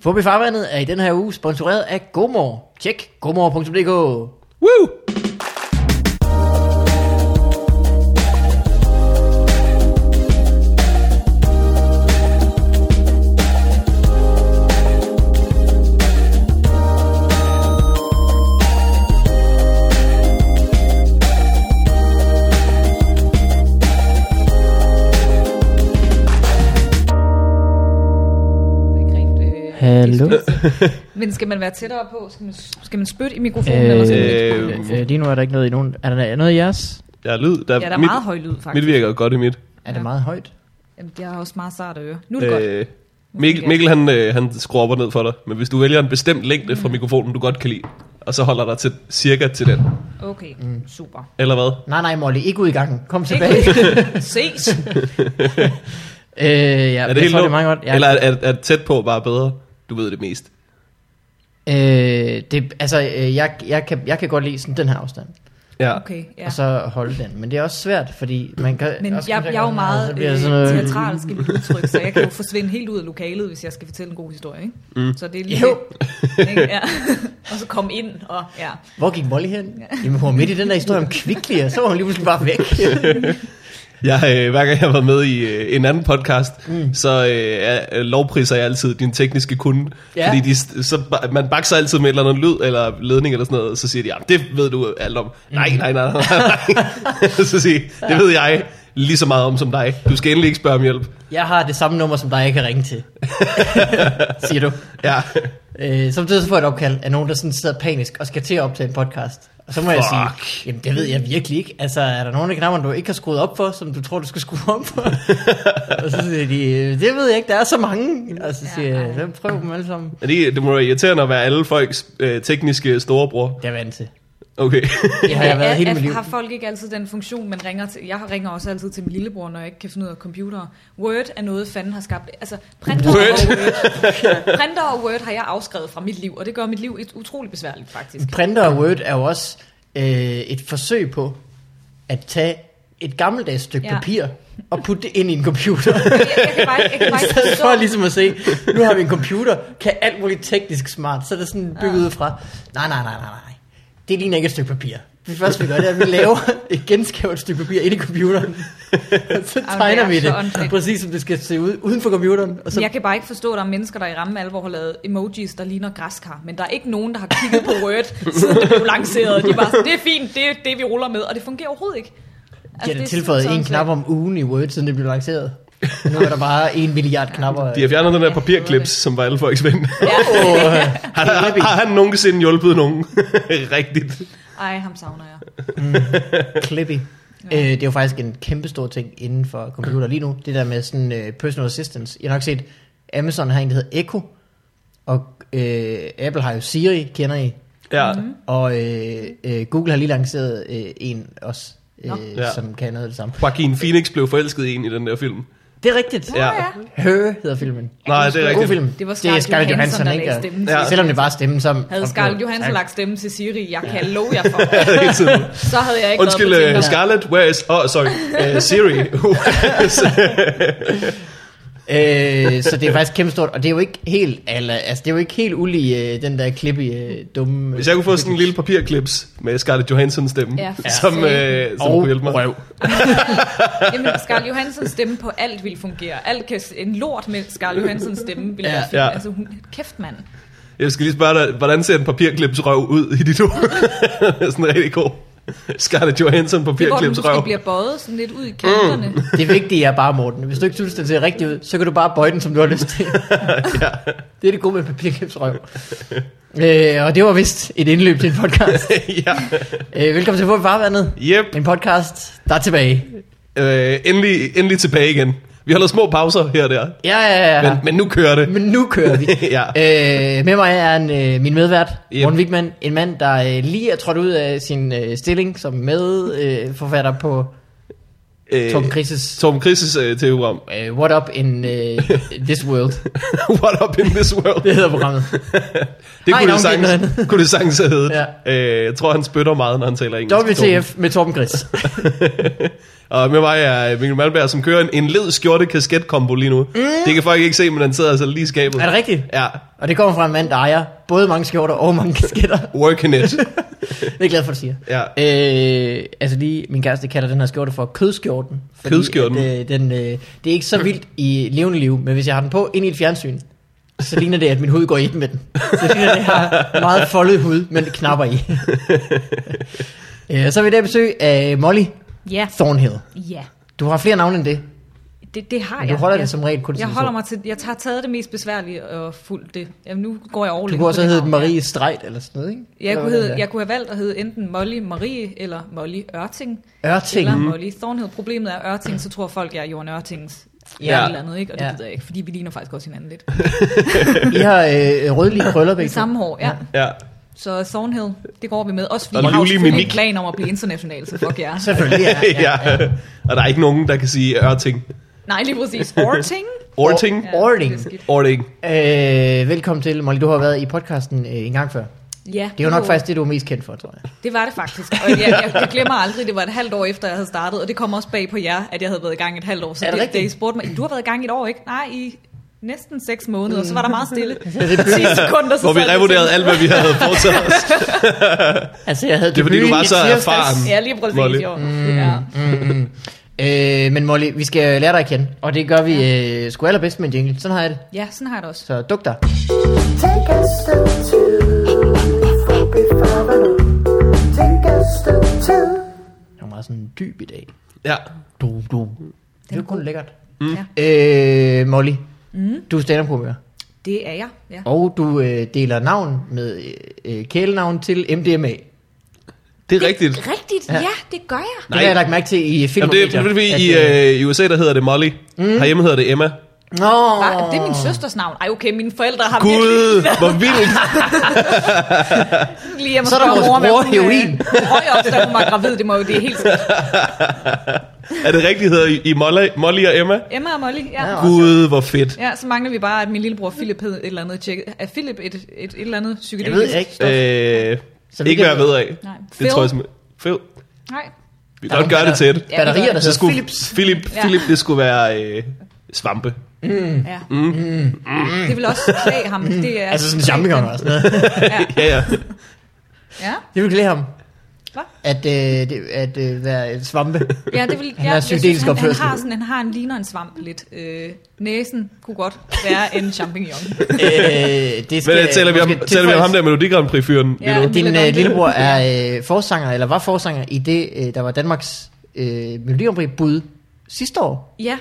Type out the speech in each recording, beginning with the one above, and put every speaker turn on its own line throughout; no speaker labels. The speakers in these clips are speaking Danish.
Fubi Farvandet er i den her uge sponsoreret af GoMore. Tjek gomor.dk.
Woo!
Ikke rent, øh,
Hallo.
Men skal man være tættere på? Skal man, skal man spytte i mikrofonen? Øh, eller skal man ikke?
Øh, øh, lige nu er der ikke noget i nogen. Er der noget i jeres?
Der er lyd. Der,
Ja, der er meget høj lyd,
Mit
faktisk.
virker godt i mit.
Er det meget højt?
Jamen, det er også meget sart at øre. Nu er det øh, godt.
Øh, Mikkel, Mikkel han, øh, han skruer op og ned for dig, men hvis du vælger en bestemt længde
Mm.
fra mikrofonen, du godt kan lide, og så holder dig til, cirka til den,
Okay, mm. super.
eller hvad?
Nej, nej, Molly, ikke ud i gangen. Kom tilbage.
Ikke? Ses.
Øh, ja,
er
jeg
det helt
tror, det er
lort?
meget godt. Ja,
Eller er, er, er tæt på bare bedre? Du ved det mest.
øh, det, altså, øh, jeg, jeg, kan, jeg kan godt lide sådan den her afstand.
Ja.
Okay, ja.
Ja. Og så holde den. Men det er også svært, fordi man kan...
Men jeg,
også
jeg,
komme til at
er jo
gøre noget,
meget
så
øh,
bliver det sådan noget-
teatralsk i mit udtryk, så jeg kan jo forsvinde helt ud af lokalet, hvis jeg skal fortælle en god historie. Ikke? Mm. Så det er lige
Jo.
det, ikke? Ja. og så komme ind og... Ja.
Hvor gik Molly hen? Jamen, hun var midt i den der historie om Kvickly, og så var hun lige pludselig bare væk.
Jeg, øh, hver gang jeg har været med i øh, en anden podcast, mm. så øh, er- øh, lovpriser jeg altid din tekniske kunde.
Ja.
Ja. Fordi de, st- så, ba- man bakser altid med et eller andet lyd eller ledning eller sådan noget, og så siger de, ja, det ved du alt om. Nej, nej, nej, nej, nej. så siger de, det ved jeg lige så meget om som dig. Du skal endelig ikke spørge om hjælp.
Jeg har det samme nummer, som dig, jeg kan ringe til. Siger du.
Ja,
Øh, samtidig så får jeg et opkald af nogen, der sådan sidder panisk og skal til at optage en podcast. Og så må Fuck. jeg sige,
Fuck.
jamen det ved jeg virkelig ikke. Altså, er der nogen af knapperne, du ikke har skruet op for, som du tror, du skal skrue op for? og så siger de, "Øh, det ved jeg ikke, der er så mange. Og så siger jeg, "Så prøv dem alle sammen.
Men det, det må være irriterende at være alle folks øh, tekniske storebror.
Det er jeg vant til.
Okay.
Det har jeg været
Er-
hele
er-
mit liv.
Har folk ikke altid den funktion, man ringer til? Jeg ringer også altid til min lillebror, når jeg ikke kan finde ud af computere. Word er noget, fanden har skabt. Altså, printer Word. og Word. Ja, printer og Word har jeg afskrevet fra mit liv, og det gør mit liv et utroligt besværligt, faktisk.
Printer og Word er jo også øh, et forsøg på at tage et gammeldags stykke ja.
Ja.
papir og putte det ind i en computer.
Jeg, jeg kan bare ikke, jeg kan
I
bare ikke
stedet for
forstå,
ligesom at se, nu har vi en computer, kan alt muligt teknisk smart, så er det sådan bygget ud fra, nej, nej, nej, nej, nej, det ligner ikke et stykke papir. Det første vi gør, det er, at vi laver et genskaber et stykke papir ind i computeren, og så
er
tegner vi
så
det,
åndssvagt.
præcis som det skal se ud, uden for computeren, og så
jeg kan bare ikke forstå, at der er mennesker, der i ramme alvor har lavet emojis, der ligner græskar. Men der er ikke nogen, der har kigget på Word, siden det blev lanceret. De var sådan, det er fint, det er det, vi ruller med. Og det fungerer overhovedet ikke.
bliver der
altså, det er
tilføjet
sådan
en
svært.
knap om ugen i Word, siden det blev lanceret. Nu er der bare en milliard knapper.
De har fjernet den der papirklips, som var alle folks ven. har, har, har han nogensinde hjulpet nogen? Rigtigt.
Ej, ham savner jeg.
Clippy. Ja. Øh, det er jo faktisk en kæmpe stor ting inden for computer lige nu. Det der med sådan øh, personal assistance. Jeg har nok set, Amazon har en, der hedder Echo. Og øh, Apple har jo Siri, kender I.
Ja.
Mm-hmm.
Og øh, øh, Google har lige lanceret øh, en også, øh,
Nå.
ja.
Ja.
som kan noget af det samme.
Joaquin Phoenix blev forelsket i en i den der film.
Det er rigtigt.
Ja.
ja.
Hø hedder filmen.
Nej, det er
God
rigtigt.
film.
Det var Scarlett Johansson, der lagde stemmen
Ja.
til.
Selvom det bare er stemmen som...
Havde Scarlett Johansson lagt stemme til Siri, jeg kan love jer for,
Hele tiden.
så havde jeg ikke
Undskyld,
været på
uh,
Tinder.
Scarlett, where is... Oh, sorry. Uh, Siri.
Øh, så det er faktisk kæmpe stort, og det er jo ikke helt, eller, altså, det er jo ikke helt ulig øh, den der klippe øh, dumme...
Hvis jeg kunne få sådan en lille papirklips med Scarlett Johansson stemme,
Ja, for
som,
satan.
uh, som kunne hjælpe mig.
røv.
Jamen, Scarlett Johanssons stemme på alt ville fungere. Alt kan, en lort med Scarlett Johanssons stemme ville
Ja.
ja. være fint.
Ja.
Altså, hun, kæft mand.
Jeg skal lige spørge dig, hvordan ser en papirklips røv ud i dit hoved? sådan rigtig god. Scarlett Johansson
Det er, hvor den
papirklips
måske
røv.
bliver bøjet sådan lidt ud i kanterne. Mm.
Det vigtige er bare, Morten, hvis du ikke synes, den ser rigtig ud, så kan du bare bøje den, som du har lyst til. Det er det gode med papirklippsrøv. Øh, og det var vist et indløb til en podcast.
ja.
Øh, velkommen til Fugt Farvandet.
Yep.
En podcast, der er tilbage.
Øh, endelig, endelig tilbage igen. Vi holder små pauser her og der.
Ja, ja, ja.
Men, men nu kører det.
Men nu kører vi.
Ja.
øh, med mig er en, øh, min medvært, yep.
Yep.
Morten Wigman. En mand, der øh, lige er trådt ud af sin øh, stilling som medforfatter øh, forfatter på
øh,
Torben Krises,
Torben Chris' øh, tv-program.
uh, What Up in uh, This World,
What up in this world?
det hedder programmet.
Det
Ej,
kunne,
nå, det er
det sagtens,
noget
kunne det sagtens have heddet. Ja. Øh, jeg tror, han spytter meget, når han taler engelsk.
WTF med Torben Chris.
Og med mig er Mikkel Malmberg, som kører en, en led skjorte kasket kombo lige nu. Mm. Det kan folk ikke se, men han sidder altså lige i skabet.
Er det rigtigt?
Ja,
Og det kommer fra en mand, der ejer både mange skjorter og mange kasketter.
working it.
Det er jeg glad for, at du siger.
Ja.
Øh, altså lige, min kæreste kalder den her skjorte for kødskjorten. fordi
Kødskjorten?
At, øh, den, øh, det er ikke så vildt i levende liv, men hvis jeg har den på ind i et fjernsyn, så ligner det, at min hud går i et med den. Så ligner det, at jeg har meget foldet hud, men det knapper i. øh, så har vi i dag besøg af Molly
Ja,
Thornhill.
ja.
Du har flere navne end det,
Det, det har
men
jeg.
du holder
ja.
det som regel kun til
Jeg
de
holder
to.
mig til, jeg har taget det mest besværlige og fuldt det. Jamen, nu går jeg over
Du
lidt
kunne
på
også
det
have heddet
navn, ja.
Marie Strejt eller sådan noget, ikke?
Jeg
Eller
kunne,
hvordan
hedde,
det
jeg kunne have valgt at hedde enten Molly Marie eller Molly Ørting.
er. Ørting. Mhm.
Eller Molly Thornhill. Problemet er Ørting, så tror folk, jeg er Jorden Ørtings
Ja.
ja. eller andet, ikke? Og det
Ja.
ja. gider jeg ikke, fordi vi ligner faktisk også hinanden lidt.
I har øh, rødlige krøller begge
Det
to.
samme hår, ja.
Ja.
Så Thornhill, det går vi med. Også fordi
Og
vi har jo
livlig
selvfølgelig
mimik.
en plan om at blive international, så fuck jer.
Selvfølgelig, ja. ja.
ja. Og der er ikke nogen, der kan sige Ørting.
Nej, lige præcis. Ørting?
Orting.
Ja. Ørting.
det er skidt.
Orting.
Øh, velkommen til, Molly. Du har været i podcasten øh, en gang før.
Ja,
Det er jo nok faktisk det, du er mest kendt for, tror jeg.
Det var det faktisk. Og jeg, jeg, jeg glemmer aldrig, det var et halvt år efter, jeg havde startet. Og det kom også bag på jer, at jeg havde været i gang et halvt år. Så
Er det
de,
rigtigt?
de spurgte mig, du har været i gang et år, ikke? Nej, i næsten seks måneder. Og så var der meget stille. 10
det er blevet-
sekunder, så
Hvor vi
sad jeg
revurderede
sådan-
alt, hvad vi havde foretaget os.
Altså, jeg havde
Det er fordi, du var så erfaren.
Ja, lige præcis.
Molly.
Jo.
Mm.
Ja.
Mm-hmm. Øh, men Molly, vi skal lære dig at kende, og det gør vi øh, sgu allerbedst med en jingle. Sådan har jeg det.
ja, sådan har jeg det også.
Så duk dig.
Take a step two, happy family. Take a step two.
Det var meget sådan dyb i dag.
Ja.
Du, du. Det er jo kun lækkert.
Mm. Ja,
Øh, Molly, mm. du er stand up
det er jeg. Ja.
og du øh, deler navn med øh, øh, kælenavn til MDMA.
Det er rigtigt.
Rigtigt,
Ja.
ja, det gør jeg.
Det har jeg lagt mærke til i film.
Jamen, det, det, det, det, i, øh, I USA, der hedder det Molly. Mm. Herhjemme hedder det Emma.
Nå,
Hva? Det er min søsters navn. Ej, okay, mine forældre har virkelig
Gud, hvor vildt.
lige hjemme
Så er der vores bror,
øh,
heroin.
Røg op, da hun var gravid. Det, må jo, det er helt skidt.
Er det rigtigt, hedder I, I Molly, Molly og Emma?
Emma og Molly, ja.
Ja.
Gud, hvor fedt.
Ja, så mangler vi bare, at min lillebror Philip hed et eller andet tjekket. Er Philip et, et, et eller andet
Jeg
psykedelisk?
ved ikke.
Øh,
Så vi
ikke
kan-
hvad jeg ved af.
Nej.
Det
Phil?
tror jeg simpelthen. Phil.
Nej.
Vi
Der
kan
er
godt gøre det til et.
Ja,
Batterier, der
Så
hedder
skulle
Philips.
Philip,
Ja.
Philip det skulle være øh, svampe.
Ja. Mm. Mm. Det vil også klæde ham. Det er,
Altså sådan en champignon og sådan noget.
Ja, ja.
Ja,
Det vil klæde ham.
Hvad?
At, øh, det, at øh, være et svampe.
ja det vil...
Han
ja,
har
jeg synes,
psykedelisk
han, han,
opførsel.
har sådan, han har en ligner en svamp lidt. Øh, næsen kunne godt være en champignon.
øh, det
Men øh, taler vi om,
måske
taler vi om ham
tilføjes.
der Melodi Grand Prix-fyren lige
Ja.
nu?
Din
Lille
øh,
Don.
lillebror er øh, forsanger, eller var forsanger i det, øh, der var Danmarks øh, Melodiumbrige-bud sidste år.
Ja,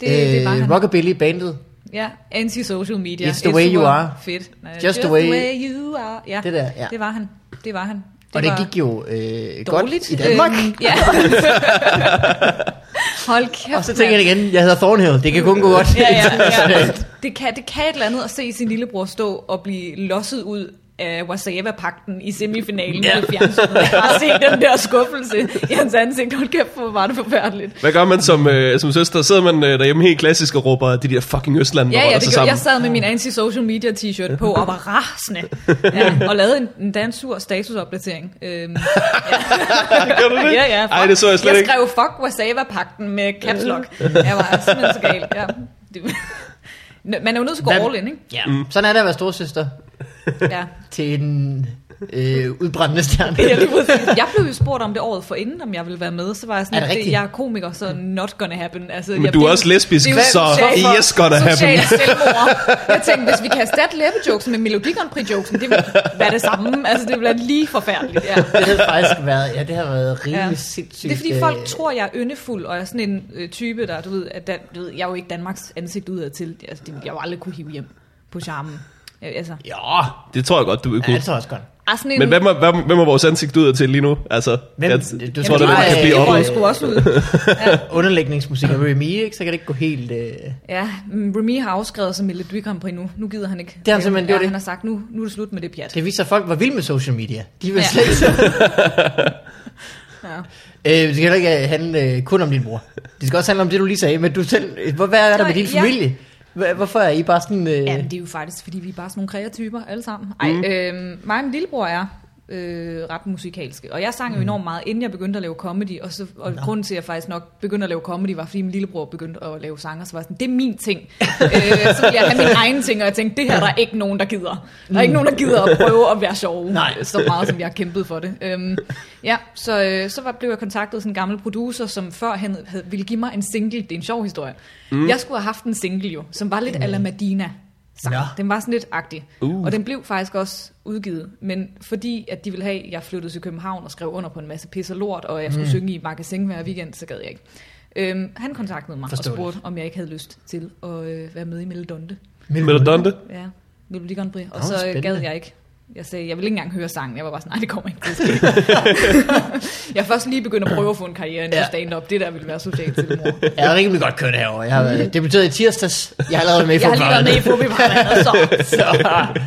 det, øh, det var han.
Rockabilly bandet.
Ja, anti-social media.
It's the way you
super
are.
Fedt. Nej,
Just the way-
you are. Ja,
Det der, ja.
det var han. Det var han. Det
Og det
var
gik jo øh,
dårligt.
godt i Danmark.
Øhm, ja. Hold kæft.
Og så tænker jeg igen, jeg hedder Thornhill, det kan kun gå godt.
Ja, ja, ja.
internationalt.
Det kan, det kan et eller andet at se sin lillebror stå og blive losset ud af Wasava-pakten i semifinalen ja. i fjernsynet. Bare se den der skuffelse i hans ansigt. Hold kæft, hvor var det forfærdeligt.
Hvad gør man som, øh, som søster? Sidder man øh, derhjemme helt klassisk og råber de der fucking Østland altså
Ja, ja, det gjorde,
sammen?
jeg sad med min anti-social media t-shirt på og var rasende. Ja, og lavede en, en dansur statusopdatering. Øhm,
Gjorde du det?
ja, ja. Fuck.
Ej, det så jeg slet
jeg
ikke.
skrev fuck Wasava-pakten med caps lock. Jeg var simpelthen så gal. Ja. Det, man er jo nødt til at
Hvad-
gå all in, ikke?
ja. Sådan er det at være storsøster
Ja.
til en øh, udbrændende stjerne.
Ja, lige præcis. jeg blev jo spurgt om det året for inden, om jeg ville være med. Så var jeg sådan,
Er det
at det,
rigtigt?
jeg er komiker, så not gonna happen. Altså,
Men
jeg,
du
det
er også lesbisk,
det er
så
socialt-
yes gonna happen.
Socialt selvmord. Jeg tænkte, hvis vi kan erstatte læbejokes med Melodi Grand Prix-jokesen, det vil være det samme. Altså, det vil være lige forfærdeligt. Ja.
Det havde faktisk været, ja, det har været rimelig
Ja.
ja. sindssygt.
Det er fordi
øh,
folk tror, jeg er yndefuld, og jeg er sådan en øh, type, der, du ved, at der, du ved, jeg er jo ikke Danmarks ansigt udad til. Altså, det ville jeg jo aldrig kunne hive hjem på charmen. Ja, Altså,
Ja,
Det tror jeg godt, du vil
ja
kunne.
det tror jeg også godt.
er sådan en,
Men hvem er, hvem, hvem er vores ansigt ud til lige nu? Altså,
Hvem?
jeg
Du
tror,
tror,
det
du
er,
er-
kan blive
øh,
op.
oppe?
Jeg skulle også ud.
Underlægningsmusik og Remy, ikke? så kan det ikke gå helt... Øh...
Ja, mm, Remy har afskrevet sig Melodi Grand Prix nu. Nu gider han ikke.
Det har han simpelthen- det
ja,
var det.
Han har sagt, nu, nu er det slut med det pjat.
Det viser, at folk var vilde med social media. De vil ja.
Ja.
slet ikke...
Ja.
Øh, det skal heller ikke øh, handle øh, kun om din mor. Det skal også handle om det, du lige sagde, men du selv, hvor, hvad er der
Nå,
med din
ja.
familie? Hva- Hvorfor er I bare sådan... Øh,
Jamen, det er jo faktisk, fordi vi er bare sådan nogle kreatyper alle sammen. Ej, mm. øh, mig og min lillebror er øh, ret musikalske, og jeg sang jo
Mm.
enormt meget, inden jeg begyndte at lave comedy, og, så, og grunden til, at jeg faktisk nok begyndte at lave comedy, var, fordi min lillebror begyndte at lave sange, og så var jeg sådan, det er min ting. øh, så ville jeg have min egen ting, og jeg tænkte, det her der er ikke nogen, der gider. Der er ikke nogen, der gider at prøve at være sjov,
Mm. Nej.
så meget som jeg har kæmpet for det. Øhm, ja, så, øh, så var, blev jeg kontaktet af sådan en gammel producer, som før han havde, ville give mig en single. Det er en sjov historie. Mm. Jeg skulle have haft en single jo, som var lidt mm. ala Madina. Sang.
Nå.
Den var sådan lidt agtig.
Uh.
Og den blev faktisk også udgivet. Men fordi at de ville have, at jeg flyttede til København og skrev under på en masse pis og lort, og jeg skulle mm. synge i magasin hver weekend, så gad jeg ikke. Øhm, han kontaktede mig og
Forståeligt.
spurgte, om jeg ikke havde lyst til at øh, være med i Melodonte.
Melodonte?
Ja, Melodi Grand Prix. Og
Nå,
så
spændende.
spændende. gad jeg ikke. Jeg sagde, jeg vil ikke engang høre sangen. Jeg var bare sådan, nej, det kommer ikke til at ske. jeg er først lige begyndt at prøve at få en karriere inden
Ja.
ja. stand-up. Det der ville være socialt til mor.
Jeg er rimelig godt kørt herovre. Jeg har været debuteret i tirsdags. Jeg har allerede været med i
Jeg har lige været med i
fodbold.
Fobibarnet, så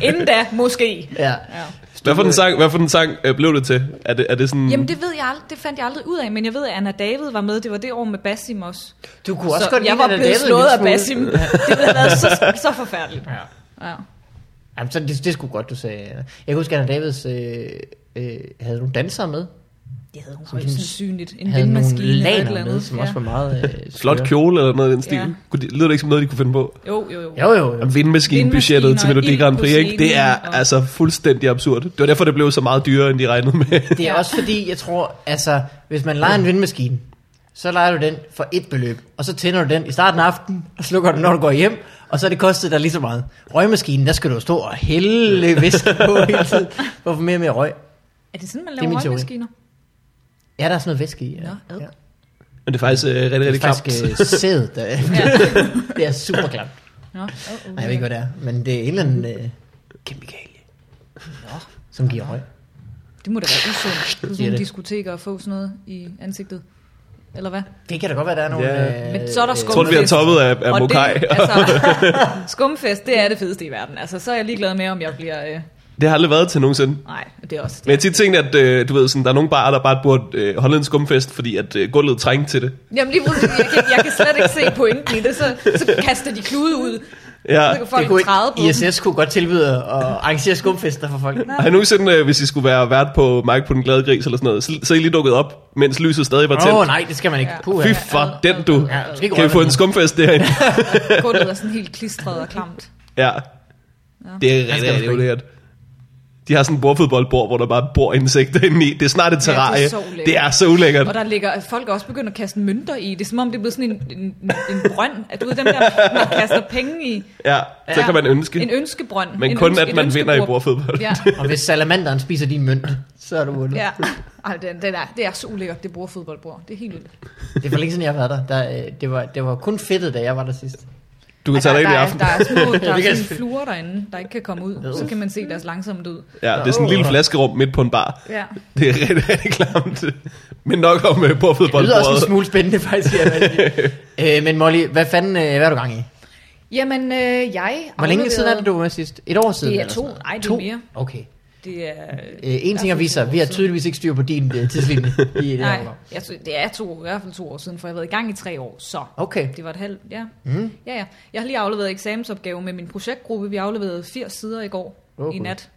Så,
inden da, måske.
ja.
Ja.
Hvad for en sang, hvad for en sang øh, blev det til? Er det, er det
Mm.
sådan...
Jamen det ved jeg aldrig, det fandt jeg aldrig ud af, men jeg ved, at Anna David var med. Det var det år med Basim også.
Du kunne også
så
godt lide
jeg var
Anna
blevet
David en
slået af
lille
Basim.
smule.
Det ville have været så, så forfærdeligt.
Ja.
Ja.
Jamen, så det, det skulle godt, du sagde. Jeg kan huske, Anna Davids... Øh, øh, havde nogle dansere med?
Det havde hun
Som
højst
sådan-
sandsynligt. En
Havde nogle
vindmaskine eller et eller
laner
andet.
med, som
ja.
også var meget... Øh, skøre.
Flot kjole eller noget i den stil?
Ja.
Ja. Det lyder det ikke som noget, de kunne finde på?
Jo, jo, jo.
Jo, jo, jo.
Og vindmaskinebudgettet
Vindmaskiner,
til Melodi
ild
Grand
på
Prix, ikke? det er
scenen, og-
altså fuldstændig absurd. Det var derfor, det blev så meget dyrere, end de regnede med.
Det er
Ja.
også fordi, jeg tror, altså, hvis man leger en vindmaskine, så leger du den for et beløb, og så tænder du den i starten af aftenen, og slukker den, når du går hjem, og så er det kostet dig lige så meget. Røgmaskinen, der skal du stå og hælde væske på hele tiden. Hvorfor mere og mere røg?
Er det sådan, man
min
laver
teori.
højmaskiner?
Ja, der er sådan noget væske i. Ja.
Nå, ad.
ja.
Men det er faktisk øh, rigtig,
Det er
rigtig klamt.
faktisk øh, sæd, der, det er super klamt.
Nå, oh,
Nej, jeg ved ikke, hvad det er, men det er en eller anden øh, kemikalie, som giver røg.
Det må da være usundt på sådan
Siger
nogle
det.
diskoteker at få sådan noget i ansigtet. Eller hvad?
Det kan da godt være, der er nogle...
Ja.
øh,
Men så er der
øh,
skum.
Jeg tror, vi har toppet af, af
Og
Mokai.
Det, altså, skumfest, det er det fedeste i verden. Altså, så er jeg ligeglad med, om jeg bliver... Øh,
Det har aldrig været til nogensinde.
nej, det er også...
Men jeg har tit tænkt, at øh, du ved, sådan, der er nogle barer, der bare burde øh, holde en skumfest, fordi at øh, gulvet trængte til det.
Jamen lige pludselig, jeg kan, jeg kan slet ikke se pointen i det. Så, så kaster de klude ud.
Ja.
Så kan folk
det kunne,
træde på dem.
ISS kunne godt tilbyde at arrangere skumfester for folk.
Har I nogensinde, øh, hvis I skulle være vært på Mike på den glade gris eller sådan noget, så, så er I lige dukket op, mens lyset stadig var tændt?
Åh oh, nej, det skal man ikke.
Ja.
Puh,
Fy
ja.
for den du.
Ja, du skal ikke
Kan vi
røre
få
ved
en
den.
skumfest derinde?
Gulvet er sådan helt klistret og klamt.
Ja. Det er
Han skal
rigtig, rigtig
også
ulækkert. De har sådan en bordfodboldbord, hvor der bare bor insekter inde i. Det er snart et terrarie.
det er så ulækkert.
det er så ulækkert.
Og der ligger, folk er også begyndt at kaste mønter i. Det er som om, det er blevet sådan en, en, en brønd. At du ved, dem der, man kaster penge i.
Ja, så
Ja.
kan man ønske.
En ønskebrønd.
Men
en
kun,
ønske-
at
et
man vinder i
ønskebord.
bordfodbold.
Ja,
Og hvis salamanderen spiser din mønt, så er du vundet.
ja. Ej, den, den er, det er så ulækkert, det bordfodboldbord. Det er helt vildt.
Det er for længe siden, jeg har været der. der øh, det, var, det var kun fedtet, da jeg var der sidst.
Du kan
Ej,
tage dig
der,
ind i
der,
aften.
er, Altså, der er små der
kan jeg
er
se.
sådan fluer derinde, der ikke kan komme ud. Så kan man se deres langsomme død.
Ja, det er sådan en lille flaskerum midt på en bar.
Ja.
Det er rigtig, rigtig klamt. Men nok om øh,
Det lyder også en
bordfodboldbordet.
smule spændende, faktisk. Jeg øh, men Molly, hvad fanden, øh, hvad er du gang i?
Jamen, øh, jeg
Hvor længe siden er det,
afleverede-
du var med sidst? Et år siden?
Det er
eller
to.
sådan noget?
Ej, det er
To?
mere.
Okay.
Det er...
Øh, en ting
er
at vise sig. Vi har tydeligvis ikke styr på din øh, tidslinje i det her
Nej,
program.
jeg, tror- det er to, i hvert fald to år siden, for jeg har været i gang i tre år, så.
Okay.
Det var et halvt, ja. Mm. ja, ja. Jeg har lige afleveret eksamensopgave med min projektgruppe. Vi afleverede 80 sider i går
Åh,
i
Gud.
nat.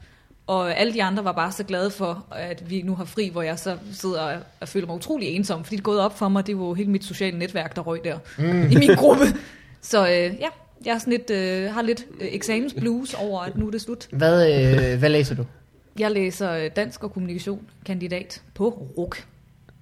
Og alle de andre var bare så glade for, at vi nu har fri, hvor jeg så sidder og- og føler mig utrolig ensom, fordi det er gået op for mig, det var jo hele mit sociale netværk, der røg der mm. i min gruppe. Så øh, ja, jeg er sådan lidt, øh, har lidt øh, eksamensblues over, at nu er det slut.
Hvad, øh, hvad læser du?
Jeg læser øh, dansk og kommunikation kandidat på RUK.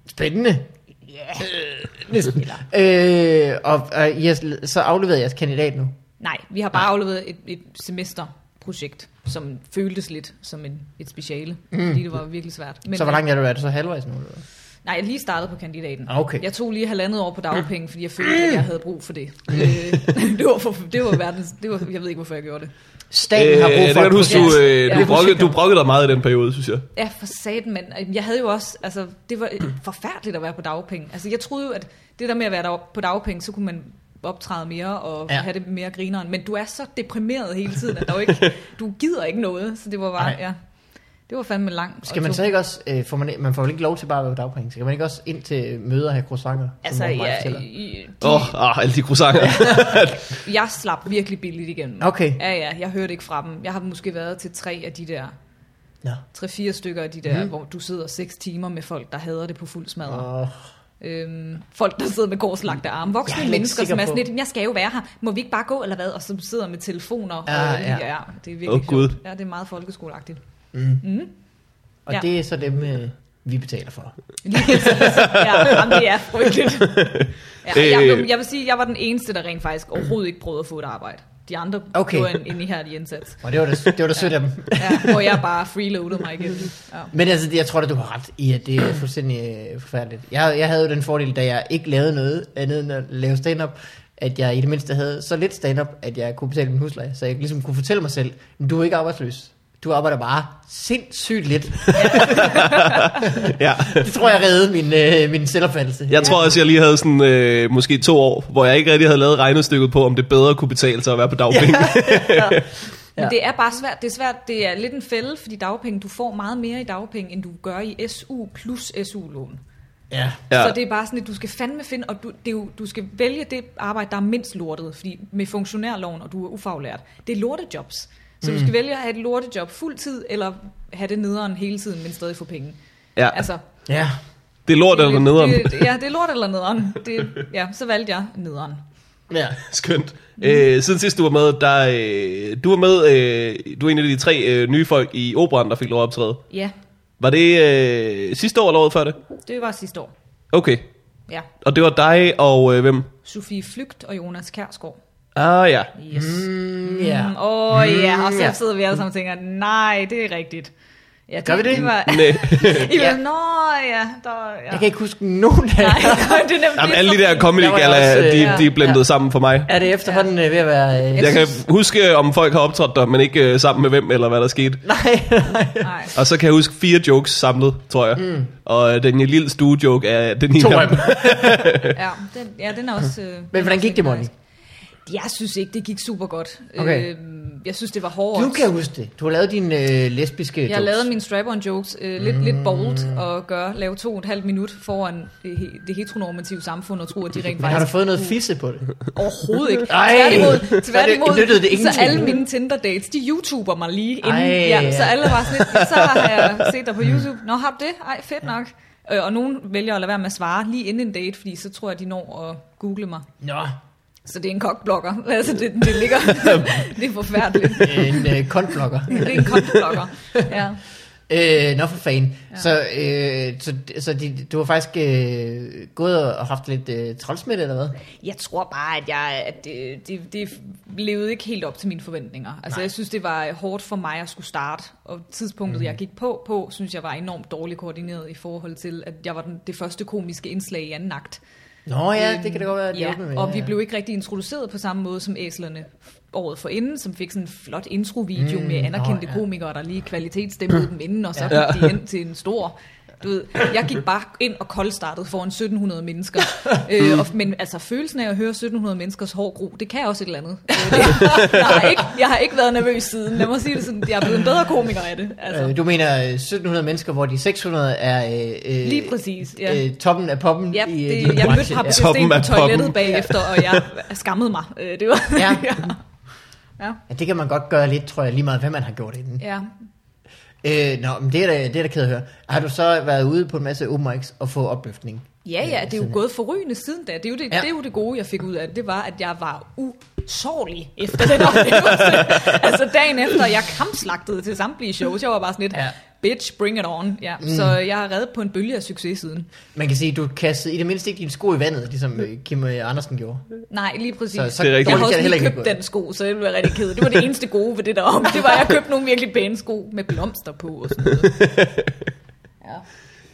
Spændende. Yeah. Næsten. Øh, og, og I har, så afleverede jeres kandidat nu.
Nej, vi har bare afleveret et, et semesterprojekt, som føltes lidt som en, et speciale, mm. fordi det var virkelig svært. Men, øh,
så hvor langt er du? Er du så halvvejs nu? Eller? hvad?
Nej, jeg lige startede på kandidaten.
Ah, okay. Mm.
Jeg tog lige halvandet år på dagpenge, fordi jeg følte, at jeg havde brug for det. Øh, det, var for, det var verdens... Det var, jeg ved ikke, hvorfor jeg gjorde det.
Staten har brug
Øh, det
for...
kan jeg huske, du,
Ja.
øh, du,
Ja.
brokkede, du brokkede dig meget i den periode, synes jeg.
Ja, for satan, men jeg havde jo også, altså, det var forfærdeligt at være på dagpenge. Altså, jeg troede jo, at det der med at være der på dagpenge, så kunne man optræde mere og
Ja.
ja. have det mere grineren. Men du er så deprimeret hele tiden, at der jo ikke, du gider ikke noget, så det var bare,
Nej.
ja. Det var fandme langt.
Skal man så ikke også, øh, får man, man får vel ikke lov til bare at være på dagpenge, så kan man ikke også ind til møder have croissanter? som
Altså,
Morten Maj
ja,
fortæller?
i-
Åh, oh, ah, alle de croissanter.
jeg slap virkelig billigt igennem.
Okay.
Ja, ja, jeg hørte ikke fra dem. Jeg har måske været til tre af de der,
Nå.
tre-fire stykker af de der,
Mhm.
mm. hvor du sidder seks timer med folk, der hader det på fuld smadre.
Åh,
Øhm, folk, der sidder med korslagte arme.
Jeg er
Voksne
lidt
mennesker,
sikker
som er
på-
sådan lidt, jeg skal jo være her. Må vi ikke bare gå, eller hvad? Og som sidder med telefoner.
Ja,
og,
ja.
ja. det er virkelig
Åh, Gud.
sjovt. Ja, det er meget folkeskoleagtigt.
Mm.
Mm.
Og
Ja.
det er så dem, øh, vi betaler for.
Lige præcis. ja, jamen, det er frygteligt. Ja,
Øh.
jeg, blev, jeg vil sige, jeg var den eneste, der rent faktisk overhovedet ikke prøvede at få et arbejde. De andre
Okay.
okay. gjorde en, en ihærdig indsats.
Og det var da, det var da sødt af dem.
Ja, hvor jeg bare freeloadede mig igen. Ja.
Men altså, det- jeg tror da, du har ret i, at det er fuldstændig øh, forfærdeligt. Jeg, jeg havde jo den fordel, da jeg ikke lavede noget andet end at lave stand-up, at jeg i det mindste havde så lidt stand-up, at jeg kunne betale min husleje. Så jeg ligesom kunne fortælle mig selv, "Men du er ikke arbejdsløs. Du arbejder bare sindssygt lidt.
ja.
Det tror jeg reddede min, øh, min selvopfattelse.
Jeg tror også, jeg lige havde sådan, øh, måske to år, hvor jeg ikke rigtig havde lavet regnestykket på, om det bedre kunne betale sig at være på dagpenge.
Men
Ja.
ja. det er bare svært. Det er svært. Det er lidt en fælde, fordi dagpenge, du får meget mere i dagpenge, end du gør i SU plus SU-lån.
Ja.
Ja.
Ja. Så det er bare sådan, at du skal fandme finde, og du, det er jo, du skal vælge det arbejde, der er mindst lortet, fordi med funktionærloven, og du er ufaglært, det er lortejobs. Så mm. du skal vælge at have et lortejob fuld tid, eller have det nederen hele tiden, men stadig få penge.
ja.
Altså,
Ja.
Det er lort eller nederen.
Det, det, ja, det er lort eller nederen. Det, ja, så valgte jeg nederen.
Ja.
Skønt. Øh, siden sidst du var med, der, øh, du var med, øh, du er en af de tre øh, nye folk i operan, der fik lov at optræde.
Ja,
Var det øh, sidste år eller året før det?
det var sidste år.
Okay.
Ja,
Og det var dig og øh, hvem?
Sofie Flygt og Jonas Kærsgaard.
Ah ja.
Yes.
Mm,
Ja.
ja.
Mm, åh ja, og
Ja.
så sidder vi alle sammen og tænker, nej, det er rigtigt. Ja,
Gør vi det?
Var,
Næ.
I
Ja.
var, Nå ja, der, ja.
Jeg kan ikke huske nogen af
Nej, det er nemt.
Jamen, alle de der comedy
Der var jeg
gala,
også, øh,
de,
ja.
de er blendet
Ja.
sammen for mig.
Er det efterhånden ja. ved at være... Øh...
Jeg
Jeg
kan
synes-
huske, øh, om folk har optrådt der, men ikke øh, sammen med hvem eller hvad der skete.
Nej, nej.
Nej.
Og så kan jeg huske fire jokes samlet, tror jeg. Mm. Og øh, den lille stue-joke er den
To
ene
af
af
dem.
dem.
Ja, den, ja, den er også... Øh, den er
Men hvordan
også
gik det, Molly?
legendarisk. Jeg synes ikke, det gik super godt.
Okay.
Øh, jeg synes, det var hårdt.
Du kan huske det. Du har lavet dine øh, lesbiske
jeg lavede mine strap-on jokes øh, lidt, mm. lidt bold og gør, lave to og et halvt minut foran det, he- det heteronormative samfund og tro, at de rent
Men har du
faktisk
fået noget fisse på det?
overhovedet ikke.
Ej,
tværtimod,
så er det-
tværtimod
nyttede det
så
ingenting.
alle mine Tinder-dates, de YouTuber mig lige inden.
Ej,
ja, så
ja.
alle var sådan lidt, så har jeg set dig på YouTube. Nå, har du det? Ej, fedt nok. Øh, og nogen vælger at lade være med at svare lige inden en date, fordi så tror jeg, de når at google mig.
Nå,
Så det er en kokblokker. Altså, det, det ligger... det er forfærdeligt.
en øh, kontblokker.
Det er en kokblokker. Ja.
Øh, nå for fan. Ja. Så, øh, så, så de, du har faktisk øh, gået og haft lidt øh, trælsmidt, eller hvad?
Jeg tror bare, at, jeg, at det, det, det levede ikke helt op til mine forventninger. Altså,
Nej.
Nej. jeg synes, det var hårdt for mig at skulle starte. Og tidspunktet, mm. jeg gik på, på, synes jeg var enormt dårligt koordineret i forhold til, at jeg var den, det første komiske indslag i anden akt.
Nå ja, det kan det godt være, at de
Øh, ja,
åbner med.
og vi blev ikke rigtig introduceret på samme måde som æslerne året forinden, som fik sådan en flot introvideo
Mm,
mm, med anerkendte
nå,
oh,
ja.
ja. komikere, der lige kvalitetsstemmede dem inden, og så ja. gik de ind til en stor... Du ved, jeg gik bare ind og koldstartede foran 1700 mennesker. Øh, og, men altså, følelsen af at høre 1700 menneskers hår gro, det kan også et eller andet. Øh, det, jeg, har ikke, jeg har ikke været nervøs siden. Lad mig sige det sådan, jeg er blevet en bedre komiker af det. Altså,
Øh, du mener øh, 1700 mennesker, hvor de 600 er øh, øh,
lige præcis. Ja.
øh, toppen af poppen
Ja,
i øh,
det,
din
jeg
branche.
mødte ham
Ja.
på
Toppen af
toilettet
poppen.
bagefter, og jeg skammede mig. Øh, Det var,
Ja.
ja.
Ja, det kan man godt gøre lidt, tror jeg, lige meget, hvad man har gjort inden.
ja.
Øh, nå, men det er da, det er da ked at høre. Har du så været ude på en masse open mics og få opløftning?
Ja, ja, det er jo gået forrygende siden da. Det er, jo det,
altså- Ja.
ja. det er jo det gode, jeg fik ud af det. Det var, at jeg var usårlig efter den oplevelse. altså dagen efter, jeg kampslagtede til samtlige shows. Jeg var bare sådan lidt,
Ja.
ja. bitch, bring it on. Ja, mm. Så jeg har reddet på en bølge af succes siden.
Man kan sige, du kastede i det mindste ikke dine sko i vandet, ligesom øh, Kim øh, Andersen gjorde.
Nej, lige præcis.
Så, så
Det er
dårligt
rigtigt.
jeg har
kan
også
det heller
lige
ikke
købt
gå.
den sko, så jeg ville være rigtig ked. Det var det eneste gode ved det derom. Det var, at jeg købte nogle virkelig pæne sko med blomster på og sådan noget. Ja.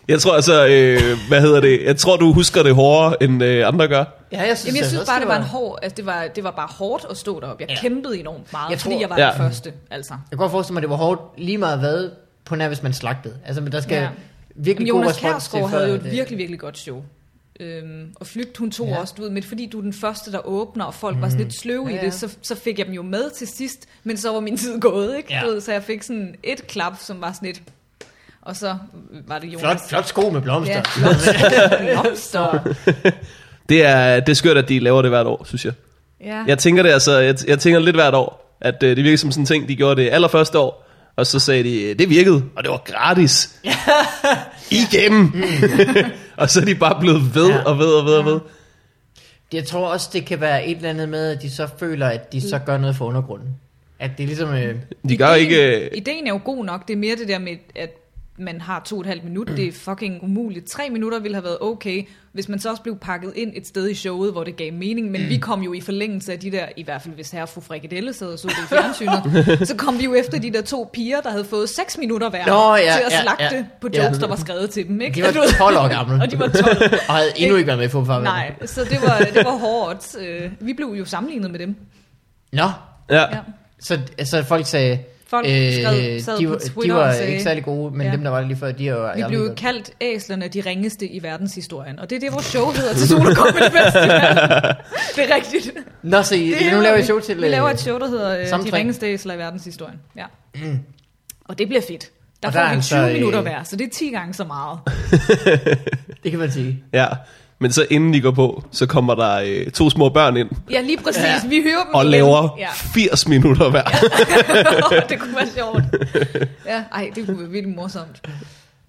Jeg tror altså, øh, hvad hedder det? Jeg tror, du husker det hårdere, end øh, andre gør.
Ja, jeg synes,
Jamen, jeg
altså
synes
også,
bare, det var en hård, altså, det, var, det var bare hårdt at stå deroppe. Jeg
Ja.
ja. kæmpede enormt meget,
Jeg
jeg
tror-
tror, fordi jeg var
Ja.
ja. den første. Altså.
Jeg kan godt forestille mig, at det var hårdt lige meget hvad, på nær hvis man slagtede. Altså, men der skal ja.
Ja.
virkelig
Men
god
Jonas
respons til.
Kærsgaard havde jo
at,
et
øh,
virkelig, virkelig godt show. Øhm, og Flygt, hun tog
Ja. Mm.
ja. også, du ved, men fordi du er den første, der åbner, og folk var sådan lidt sløve
Ja,
ja,
ja.
i det, så, så fik jeg dem jo med til sidst, men så var min tid gået, ikke?
Ja.
Ja. Du ved, så jeg fik sådan et klap, som var sådan lidt, Og så var det Jonas.
Flot, flot sko med blomster.
Ja,
Ja.
flot. Blomster.
Det er, det er skørt, at de laver det hvert år, synes jeg.
Ja.
Jeg tænker det altså, jeg, jeg tænker lidt hvert år, at øh, det virker som sådan en ting, de gjorde det allerførste år, og så sagde de, øh, det virkede, og det var gratis. Igen. og så er de bare blevet ved
Ja.
og ved og ved og ved.
Jeg tror også, det kan være et eller andet med, at de så føler, at de så
Mm.
gør noget for undergrunden. At det er ligesom... Øh,
De gør ikke... øh,
Ideen er jo god nok. Det er mere det der med, at man har to og et halvt minut. Det er fucking umuligt. Tre minutter ville have været okay, hvis man så også blev pakket ind et sted i showet, hvor det gav mening. Men
Mm.
vi kom jo i forlængelse af de der, i hvert fald hvis herre fru Frikadelle sad og så det i fjernsynet, så kom vi jo efter de der to piger, der havde fået seks minutter hver
Nå, ja,
til at
ja,
slagte
ja.
på jokes,
Ja.
der var skrevet til dem. Ikke?
de var
Og du ved-
12 år gamle,
og de var 12.
og havde endnu ikke været med i fodbold.
Nej, så det var, det var hårdt. Øh, Vi blev jo sammenlignet med dem.
Nå,
Ja.
Ja.
så altså, folk sagde...
Folk skrev, sad
Øh, de,
på
var- de
Twitter
var
og sagde-
ikke særlig gode, men
Ja.
ja. dem, der var der lige før, de var...
Vi
jeg
blev
ved
jo
godt.
kaldt æslerne de ringeste i verdenshistorien, og det er det, vores show hedder til Solo Comedy Festival. det er rigtigt.
Nå, så I,
Det
nu
hedder
laver I
vi.
show til...
Vi
øh,
laver et show, der hedder øh, De
samtræk.
ringeste æsler i verdenshistorien. Ja. Og det bliver fedt.
Mm.
Der
Og
får
der er
vi 20
altså, øh,
minutter hver, så det er 10 gange så meget.
Det kan man sige.
ja. Men så inden de går på, så kommer der øh, to små børn ind
Ja, lige præcis.
Ja.
Vi hører dem
og
igen.
laver
Ja.
80 minutter hver.
det kunne være sjovt. Ja, ej, det kunne være virkelig morsomt.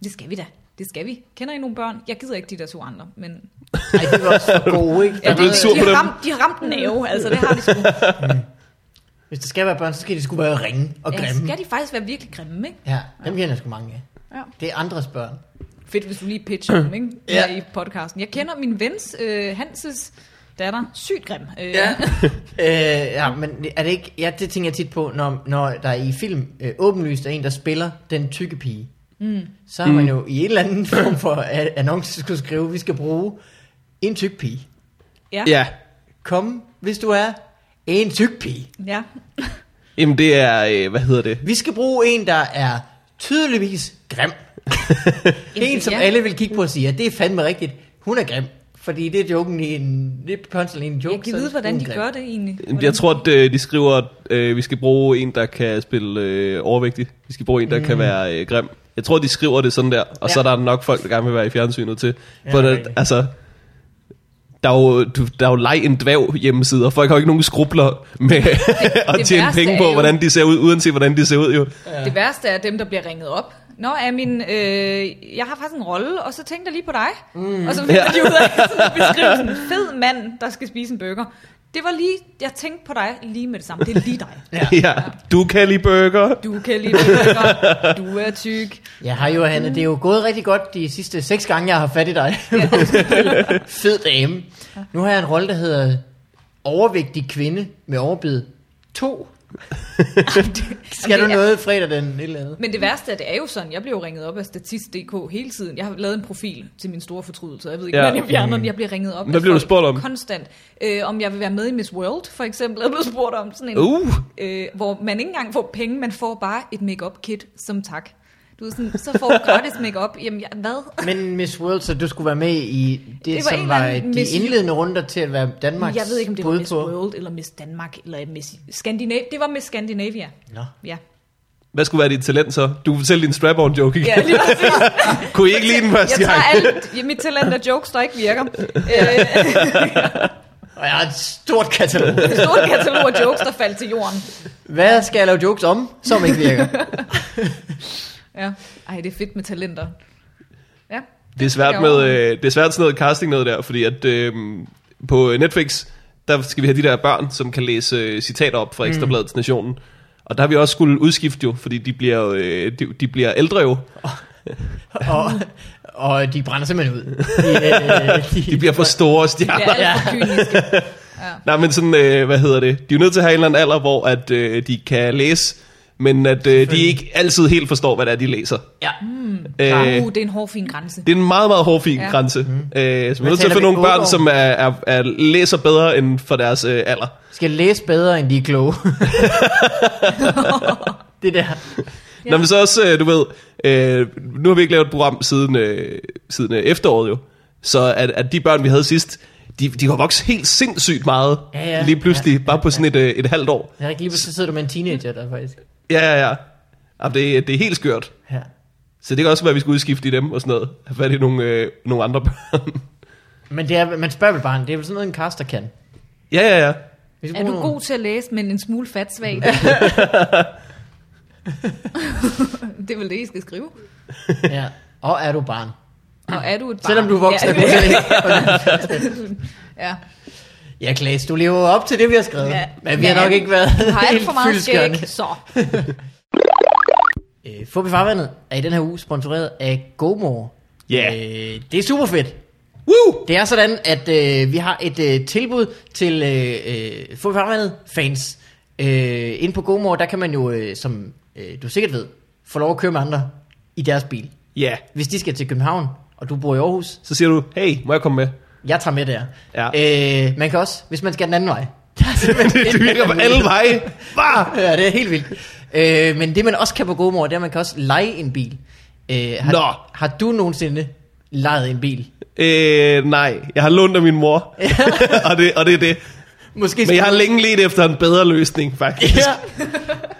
Det skal vi da. Det skal vi. Kender I nogle børn? Jeg gider ikke de der to andre, men
Ej, det var også for gode, ikke?
Jeg er blevet
det-
sur
de,
på
har
dem.
ramt, de har ramt en nerve, altså det har de sgu.
Hvis der skal være børn, så skal de sgu være ringe og
Ja,
grimme.
skal de faktisk være virkelig grimme, ikke?
Ja, dem kender jeg sgu mange af.
Ja.
Det er andres børn.
Fedt, hvis du lige pitcher dem, ikke?
Ja.
Ja. I podcasten. Jeg kender min vens, øh, Hanses datter, sygt grim. Øh,
øh, ja, men er det ikke... Ja, det tænker jeg tit på, når, når der i film øh, åbenlyst er en, der spiller den tykke pige. Mm. Så har man jo i en eller anden form for a- annonce skulle skrive, vi skal bruge en tyk pige.
Ja.
ja.
Kom, hvis du er en tyk pige.
ja.
Jamen det er, øh, hvad hedder det?
Vi skal bruge en, der er tydeligvis grim. en, som
ja.
alle vil kigge på og sige, at det er fandme rigtigt. Hun er grim. Fordi det er joken i en... Det er punchline i en joke.
Jeg kan
så
vide, hvordan
hun
de
grim.
gør det egentlig. Hvordan?
Jeg tror, at øh, de skriver, at øh, vi skal bruge en, der kan spille øh, overvægtig. Vi skal bruge en, der mm. kan være øh, grim. Jeg tror, de skriver det sådan der, og ja. så
Ja.
er der nok folk, der gerne vil være i fjernsynet til.
Ja,
For der,
rigtig.
altså, der er jo, du, der er jo leg en dvæv hjemmesider. Folk har jo ikke nogen skrubler med at
det
tjene
værste
penge
er
på,
jo-
hvordan de ser ud, uanset hvordan de ser ud jo.
Det værste er dem, der bliver ringet op. Nå, er min, øh, jeg har faktisk en rolle, og så tænkte jeg lige på dig. Mm. Og så finder
Ja.
de ud af sådan en beskrivelse. En Fed mand, der skal spise en burger. Det var lige, jeg tænkte på dig lige med det samme. Det er lige dig.
Ja. ja. Du kan lide burger.
Du kan lide burger. Du er tyk.
Ja, hej Johanne. Det er jo gået rigtig godt de sidste seks gange, jeg har fat i dig. Fed dame. Nu har jeg en rolle, der hedder overvægtig kvinde med overbid. To. Skal du
det er-
noget fredag den et eller andet?
Men det værste er, det er jo sådan, jeg bliver jo ringet op af Statist.dk hele tiden. Jeg har lavet en profil til min store fortrydelse. Jeg ved ikke,
Ja.
ja. hvordan jeg fjerner den. Jeg bliver ringet op
Hvad
af
bliver du
folk
spurgt om?
Konstant. Øh, om jeg vil være med i Miss World, for eksempel. Jeg er blevet spurgt om sådan en,
Uh.
øh, hvor man ikke engang får penge, man får bare et makeup kit som tak. Du er sådan, så får du gratis makeup. Jamen, jeg, hvad?
Men Miss World, så du skulle være med i det, det
var
var
en
som
eller
var
anden
de
Miss-
indledende runder til at være Danmarks
Jeg ved ikke, om det var
bud
Miss
på.
World, eller Miss Danmark, eller Miss Skandinav. Det var Miss Scandinavia.
Nå.
Ja.
Hvad skulle være dit talent så? Du fortæller din strap-on joke igen.
Ja, lige præcis.
Kunne I ikke lide den første
Jeg
gang?
tager alt, mit talent og jokes, der ikke virker. Øh,
Og jeg har et stort katalog.
et stort katalog af jokes, der faldt til jorden.
Hvad skal jeg lave jokes om, som ikke virker?
Ja. Ej, det er fedt med talenter. Ja.
Det er svært med øh, det er svært sådan noget casting noget der, fordi at øh, på Netflix, der skal vi have de der børn, som kan læse øh, citater op
Mm.
fra Ekstrabladets Nationen. Og der har vi også skulle udskifte jo, fordi de bliver, jo, øh, de, de bliver ældre jo.
og, og de brænder simpelthen ud. De, øh,
De bliver for store stjerner.
Det
Ja.
er alt for kynisk.
Nej, men sådan, øh, hvad hedder det? De er jo nødt til at have en eller anden alder, hvor at, øh, de kan læse, men at øh, de ikke altid helt forstår, hvad det er, de læser.
Ja.
Øh,
Uh, det er en hård, fin grænse.
Det er en meget, meget hårfin
Ja.
ja. grænse. Mm. Øh, så vi er nødt til
taler
at få
vi?
nogle
Otte år?
børn, som er, er, er, læser bedre end for deres øh, alder.
Skal læse bedre, end de er kloge. det der.
Ja. Nå, men så også, øh, du ved, øh, nu har vi ikke lavet et program siden, øh, siden øh, efteråret jo, så at, at de børn, vi havde sidst, de, de har vokset helt sindssygt meget
Ja, ja.
lige pludselig, ja. bare på sådan et, øh, et halvt år.
Jeg er ikke lige pludselig sidder du med en teenager der faktisk.
Ja, ja, ja. Jamen, det, er- det er helt skørt.
Ja.
Så det kan også være, at vi skal udskifte i dem og sådan noget. Have fat i nogle, øh, nogle andre børn.
Men det er, man spørger vel bare, det er vel sådan noget, en caster kan.
ja, ja, ja.
Hvis
Er du
bruger
god til at læse, men en smule fatsvag? det er vel det, I skal skrive.
nogen- Ja. Og er du barn?
Og er du et barn?
Selvom du er voksen, er
Ja,
du til
ja.
Ja, Klaas, du lever op til det, vi har skrevet.
Ja.
Ja. Men vi har
Ja,
nok ikke været
Du har alt
helt
for meget
fyldestgørende.
skæg, så.
Øh, Fubi Farvandet er i den her uge sponsoreret af GoMore.
Ja.
Øh, det er super fedt.
Woo!
Det er sådan, at øh, vi har et øh, tilbud til øh, øh, Fubi Farvandet fans. Øh, inde på GoMore, der kan man jo, øh, som øh, du sikkert ved, få lov at køre med andre i deres bil.
Ja.
Hvis de skal til København, og du bor i Aarhus,
Så siger du, hey, må jeg komme med?
jeg tager med der.
Ja.
Øh, man kan også, hvis man skal den anden vej. Der er simpelthen-
det virker på alle veje. Var!
Ja, det er helt vildt. Øh, men det man også kan på GoMore, det er, at man kan også lege en bil. Øh, har,
Nå.
har du nogensinde lejet en bil?
Øh, nej, jeg har lånt af min mor. og, det, og det er det.
Måske
Men jeg har længe let efter en bedre løsning, faktisk.
Ja,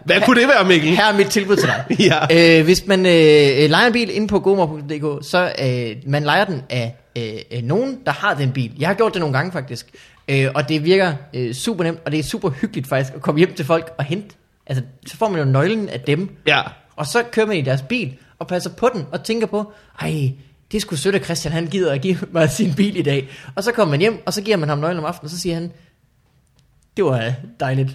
Hvad kunne det være, Mikkel?
her er mit tilbud til dig.
Ja.
øh, hvis man øh, øh, leger en bil inde på gomor.dk, så øh, man leger den af øh, øh, nogen, der har den bil. Jeg har gjort det nogle gange faktisk, øh, og det virker øh, super nemt, og det er super hyggeligt faktisk at komme hjem til folk og hente. Altså, så får man jo nøglen af dem,
Ja.
Og så kører man i deres bil og passer på den og tænker på, ej, det skulle sødt, at Christian han gider at give mig sin bil i dag. Og så kommer man hjem, og så giver man ham nøglen om aftenen, og så siger han, det var øh, dejligt.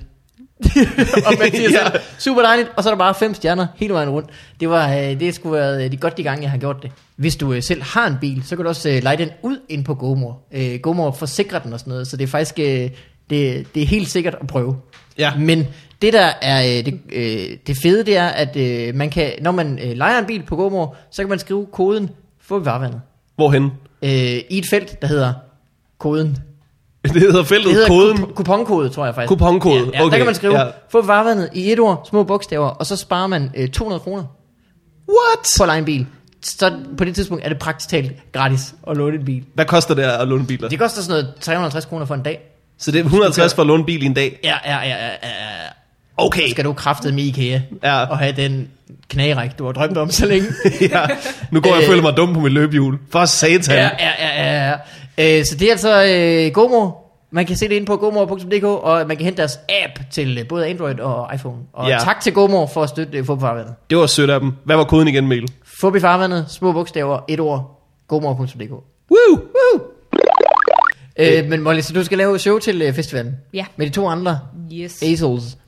og man siger
Ja.
ja. selv, super dejligt, og så er der bare fem stjerner hele vejen rundt. Det var øh, det skulle være øh, de godt de gange, jeg har gjort det. Hvis du øh, selv har en bil, så kan du også øh, lege den ud ind på GoMore. Øh, GoMore forsikrer den og sådan noget, så det er faktisk øh, det, det er helt sikkert at prøve.
Ja.
Men det der er øh, det, øh, det fede, det er, at øh, man kan, når man øh, leger en bil på GoMore, så kan man skrive koden for varvandet
Hvorhen?
øh, i et felt, der hedder koden.
Det hedder feltet
Det hedder
koden.
Kup- kuponkode, tror jeg faktisk.
Kuponkode,
ja, ja,
okay,
Der kan man skrive,
ja.
ja. få varvandet i et ord, små bogstaver, og så sparer man øh, 200 kroner
What?
på at lege en bil. Så på det tidspunkt er det praktisk talt gratis at låne en bil.
Hvad koster det at låne biler?
Det koster sådan noget 350 kroner for en dag.
Så det er 150 for at låne bil i en dag.
Ja, ja, ja, ja, ja, ja.
Okay.
Skal du kraftede med IKEA
Ja.
og have den knageræk, du har drømt om så længe.
ja. Nu går jeg og
Øh.
føler mig dum på mit løbehjul. For satan.
Ja, ja, ja, ja, ja. Øh, så det er altså øh, GoMore. Man kan se det inde på gomor.dk, og man kan hente deres app til øh, både Android og iPhone. Og
Ja.
ja. tak til GoMore for at støtte øh, Fubi Farvandet.
Det var sødt af dem. Hvad var koden igen, Mikkel?
Fubi Farvandet, små bogstaver, et ord, gomor.dk.
Woo!
Øh, men Molly, så du skal lave show til øh, festivalen?
Ja.
Med de to andre
Yes.
Azels.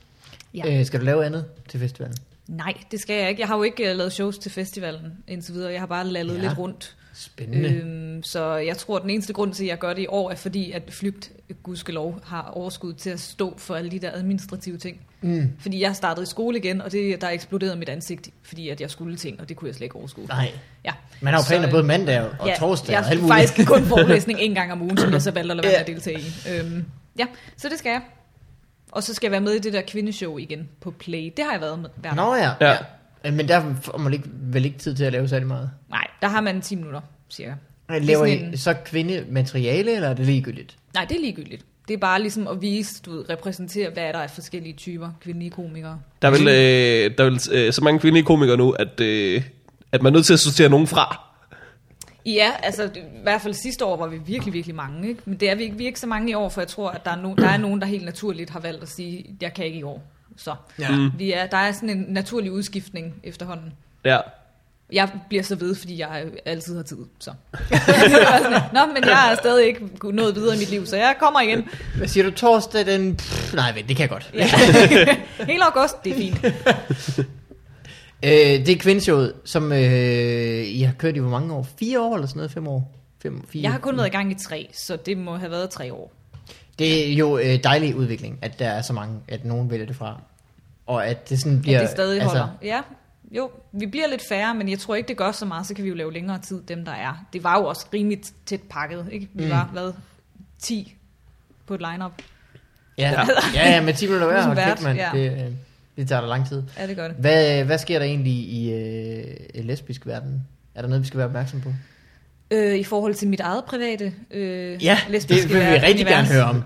Ja.
Ja. Øh, skal du lave andet til festivalen?
Nej, det skal jeg ikke. Jeg har jo ikke øh, lavet shows til festivalen indtil videre. Jeg har bare lallet ja.
Ja.
lidt rundt.
Spændende. Øh.
Øhm, så jeg tror, at den eneste grund til, at jeg gør det i år, er fordi, at Flygt, gudskelov, har overskud til at stå for alle de der administrative ting. Mm. Fordi jeg startede i skole igen, og det der eksploderede mit ansigt, fordi at jeg skulle ting, og det kunne jeg slet ikke overskue.
Nej.
Ja.
Man har jo
Så,
planer
øh,
både mandag og ja, torsdag
jeg
og alt
har
muligt.
faktisk kun forelæsning en gang om ugen, som jeg så valgte at lade være med at
Ja.
deltage i. Øhm, ja, så det skal jeg. Og så skal jeg være med i det der kvindeshow igen på Play. Det har jeg været med. Været med.
Nå ja.
Ja.
ja. Øh, Men der får man ikke, vel ikke tid til at lave særlig meget.
Nej, der har man 10 minutter, cirka. Det er
Laver
sådan
I
en-
så kvindemateriale, eller er det ligegyldigt?
Nej, det er ligegyldigt. Det er bare ligesom at vise, du ved, repræsentere, hvad er der af forskellige typer kvindelige komikere.
Der er vel, øh, der er vel øh, så mange kvindelige komikere nu, at, øh, at man er nødt til at sortere nogen fra.
Ja, altså det- i hvert fald sidste år var vi virkelig, virkelig mange, ikke? Men det er vi ikke, vi er ikke så mange i år, for jeg tror, at der er, no, der er nogen, der helt naturligt har valgt at sige, jeg kan ikke i år. Så
Ja. Mm.
vi er, der er sådan en naturlig udskiftning efterhånden.
Ja.
Jeg bliver så ved, fordi jeg altid har tid. Så. Det var sådan, Nå, men jeg er stadig ikke nået videre i mit liv, så jeg kommer igen.
Hvad siger du, torsdag den... Pff, nej, vent, det kan jeg godt.
Ja. Hele august, det er fint.
Øh, det er kvindeshowet, som øh, I har kørt i hvor mange år? Fire år eller sådan noget? Fem år? Fem, fire.
Jeg har kun været i gang i tre, så det må have været tre år.
Det er jo øh, dejlig udvikling, at der er så mange, at nogen vælger det fra. Og at det sådan
Ja,
bliver...
at det stadig altså... holder. Ja, jo, vi bliver lidt færre, men jeg tror ikke, det gør så meget, så kan vi jo lave længere tid, dem der er. Det var jo også rimeligt tæt pakket, ikke? Vi
Mm.
var, hvad, 10 på et lineup.
Ja, ja, ja med 10 minutter hver.
Ligesom
Hold
vært,
kæft, mand.
ja.
Ja. Det, øh, det tager da lang tid.
Ja, det gør det.
Hvad, hvad sker der egentlig i øh, lesbisk verden? Er der noget, vi skal være opmærksom på?
Øh, I forhold til mit eget private øh,
Ja, det vil vi
verden-
rigtig
univers.
gerne høre om.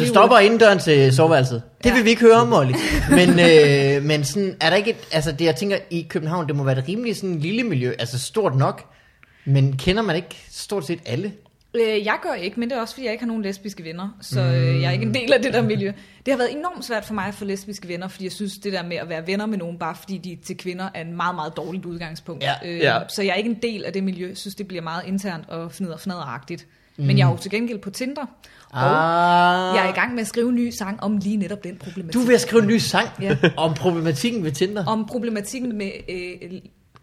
Du stopper indendøren til soveværelset. Det
Ja.
vil vi ikke høre om, Molly. Men, øh, men sådan, er der ikke et, altså det, jeg tænker, i København, det må være et rimelig sådan lille miljø, altså stort nok, men kender man ikke stort set alle?
Øh, jeg gør ikke, men det er også, fordi jeg ikke har nogen lesbiske venner, så
Mm.
øh, jeg er ikke en del af det der miljø. Det har været enormt svært for mig at få lesbiske venner, fordi jeg synes, det der med at være venner med nogen, bare fordi de er til kvinder, er en meget, meget dårligt udgangspunkt.
Ja,
øh,
ja.
Så jeg er ikke en del af det miljø. Jeg synes, det bliver meget internt og fnider fnaderagtigt. Mm. Men jeg er jo til gengæld på Tinder, og
Ah,
jeg er i gang med at skrive en ny sang om lige netop den problematik.
du vil skrive en ny sang
Ja.
om problematikken ved Tinder.
Om problematikken med øh,